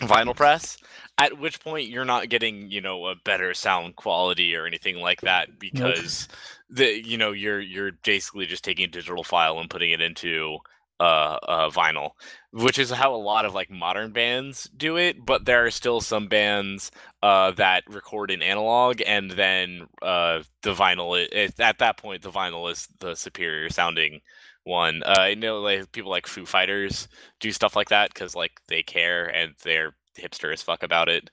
S4: vinyl press at which point you're not getting you know a better sound quality or anything like that because the you know you're you're basically just taking a digital file and putting it into uh, uh, vinyl, which is how a lot of like modern bands do it. But there are still some bands uh, that record in analog, and then uh, the vinyl. i- It, at that point, the vinyl is the superior sounding one. Uh, I know like people like Foo Fighters do stuff like that because like they care and they're hipster as fuck about it.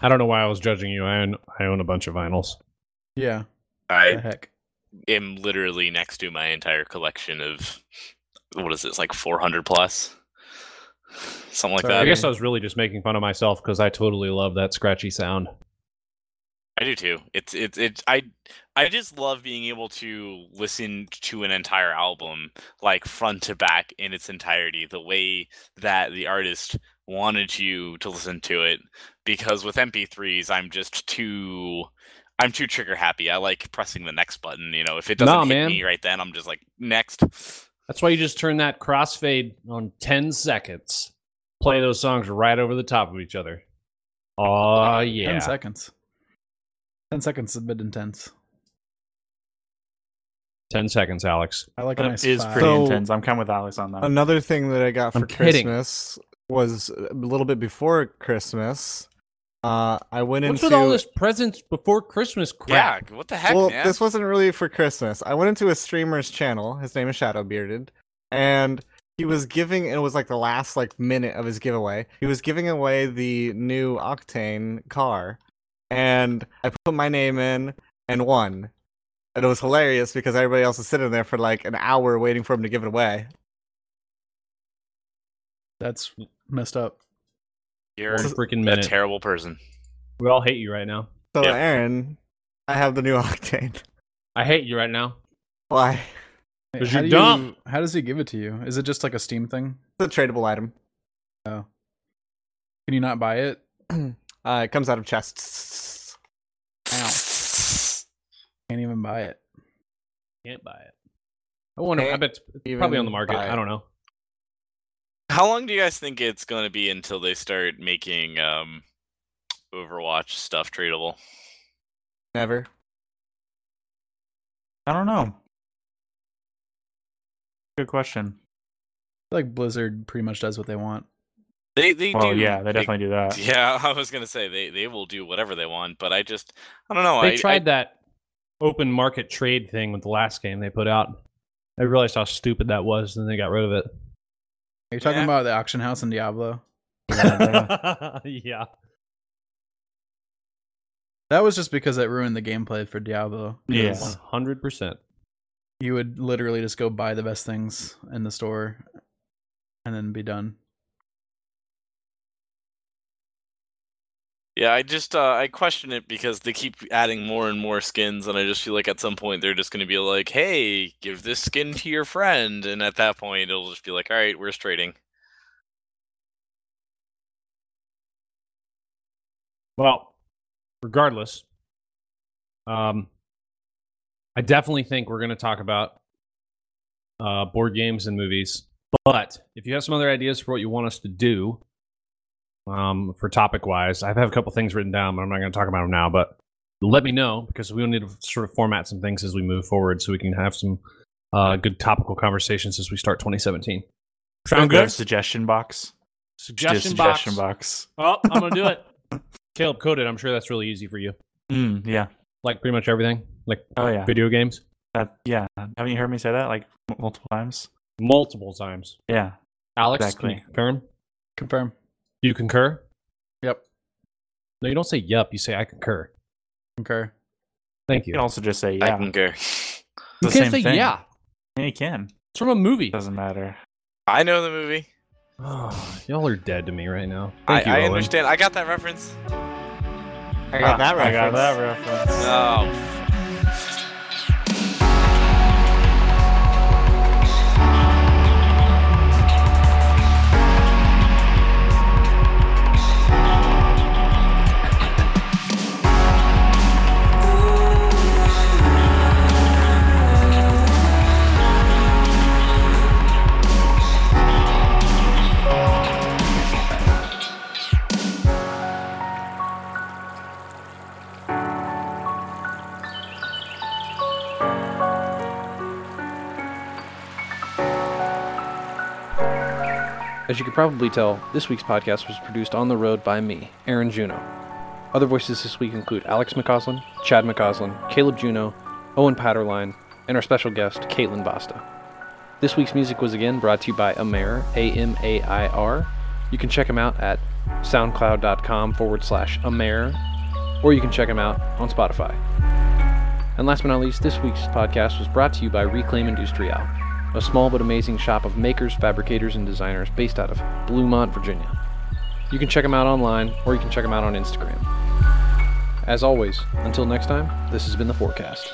S1: I don't know why I was judging you. I own, I own a bunch of vinyls.
S3: yeah, the
S4: I
S3: heck.
S4: am literally next to my entire collection of what is this like 400 plus, something like
S3: So
S1: I
S4: that.
S1: guess I was really just making fun of myself because I totally love that scratchy sound.
S4: I do too. It's it's it's I I just love being able to listen to an entire album like front to back in its entirety, the way that the artist wanted you to listen to it. Because with MP3s, I'm just too I'm too trigger happy. I like pressing the next button. You know, if it doesn't
S1: Nah,
S4: hit
S1: man.
S4: me right then, I'm just like next.
S1: That's why you just turn that crossfade on 10 seconds. Play those songs right over the top of each other. Oh,
S3: Ten
S1: yeah.
S3: seconds. Ten seconds is a bit intense.
S1: 10 seconds, Alex.
S3: I like a
S5: That
S3: nice
S5: is
S3: five.
S5: pretty
S2: So-
S5: intense. I'm coming with Alex on that.
S2: Another thing that I got for
S1: I'm kidding.
S2: Christmas was a little bit before Christmas Uh, I went
S1: What's
S2: into
S1: with all this presents before Christmas crap?
S4: Yeah, what the heck,
S2: well,
S4: man?
S2: this wasn't really for Christmas. I went into a streamer's channel. His name is Shadowbearded, and he was giving. It was like the last like minute of his giveaway. He was giving away the new Octane car, and I put my name in and won. And it was hilarious because everybody else was sitting there for like an hour waiting for him to give it away.
S3: That's messed up.
S4: You're
S1: One freaking
S4: a
S1: minute.
S4: terrible person.
S1: we all hate you right now.
S2: So,
S4: Yeah.
S2: Aaron, I have the new Octane.
S1: I hate you right now.
S2: Why?
S1: 'Cause
S3: how
S1: you're
S3: do
S1: dumb.
S3: how does he give it to you? Is it just like a Steam thing?
S2: It's a tradable item.
S3: Can you not buy it?
S2: Uh, it comes out of chests.
S3: Ow. Can't even buy it.
S1: Can't buy it. I wonder. I
S2: Can't
S1: bet it's probably on
S2: even
S1: the market.
S2: buy it.
S1: I don't know.
S4: How long do you guys think it's going to be until they start making um, Overwatch stuff tradable?
S2: Never.
S5: I don't know. Good question.
S3: I feel like Blizzard pretty much does what they want.
S4: They they
S5: Well,
S4: do.
S5: yeah, they definitely do that.
S4: Yeah, I was gonna say they, they will do whatever they want, but I just I don't know.
S1: They
S4: I,
S1: tried
S4: I,
S1: that open market trade thing with the last game they put out. I realized how stupid that was, and they got rid of it.
S3: Are you talking
S4: Yeah.
S3: about the auction house in Diablo?
S1: yeah.
S3: That was just because it ruined the gameplay for Diablo. 'cause
S5: Yeah.
S1: One hundred percent.
S3: You would literally just go buy the best things in the store and then be done.
S4: yeah, I just uh, I question it because they keep adding more and more skins, and I just feel like at some point they're just gonna be like, hey, give this skin to your friend, and at that point it'll just be like, all right, we're trading.
S1: Well, regardless, um, I definitely think we're going to talk about uh, board games and movies. But if you have some other ideas for what you want us to do, um, for topic wise, I have a couple things written down, but I'm not going to talk about them now. But let me know because we will need to sort of format some things as we move forward, so we can have some uh, good topical conversations as we start 2017. Sound
S5: Go to
S1: good?
S5: Suggestion box.
S1: Suggestion,
S5: Just
S1: box.
S5: Suggestion box.
S1: Oh, I'm going to do it. Caleb coded. I'm sure that's really easy for you.
S5: Mm, yeah.
S1: like pretty much everything, like
S5: Oh yeah.
S1: video games,
S5: That, yeah. Haven't you heard me say that like m- multiple times?
S1: multiple times.
S5: Yeah.
S1: Alex, can
S5: Exactly.
S1: you confirm?
S3: Confirm.
S1: Do you concur?
S3: Yep.
S1: No, you don't say yup. You say I concur.
S3: Concur.
S1: Thank
S5: You
S1: you.
S5: can also just say
S4: I
S5: yeah.
S4: concur.
S5: It's the same thing.
S1: yeah.
S5: Yeah, you can.
S1: It's from a movie.
S5: Doesn't matter.
S4: I know the movie.
S1: Oh, y'all are dead to me right now.
S4: I,
S1: Thank you,
S4: I
S1: Owen.
S4: understand. I got that reference.
S2: I got that
S5: Ah, I
S2: reference.
S5: got that reference.
S4: Oh,
S7: As you can probably tell, this week's podcast was produced on the road by me, Aaron Juno. Other voices this week include Alex McCausland, Chad McCausland, Caleb Juno, Owen Patterline, and our special guest, Caitlin Basta. This week's music was again brought to you by Amair, A M A I R. You can check him out at soundcloud.com forward slash Amair, or you can check him out on Spotify. And last but not least, this week's podcast was brought to you by Reclaim Industrial, a small but amazing shop of makers, fabricators, and designers based out of Bluemont, Virginia. You can check them out online or you can check them out on Instagram. As always, until next time, this has been The Forecast.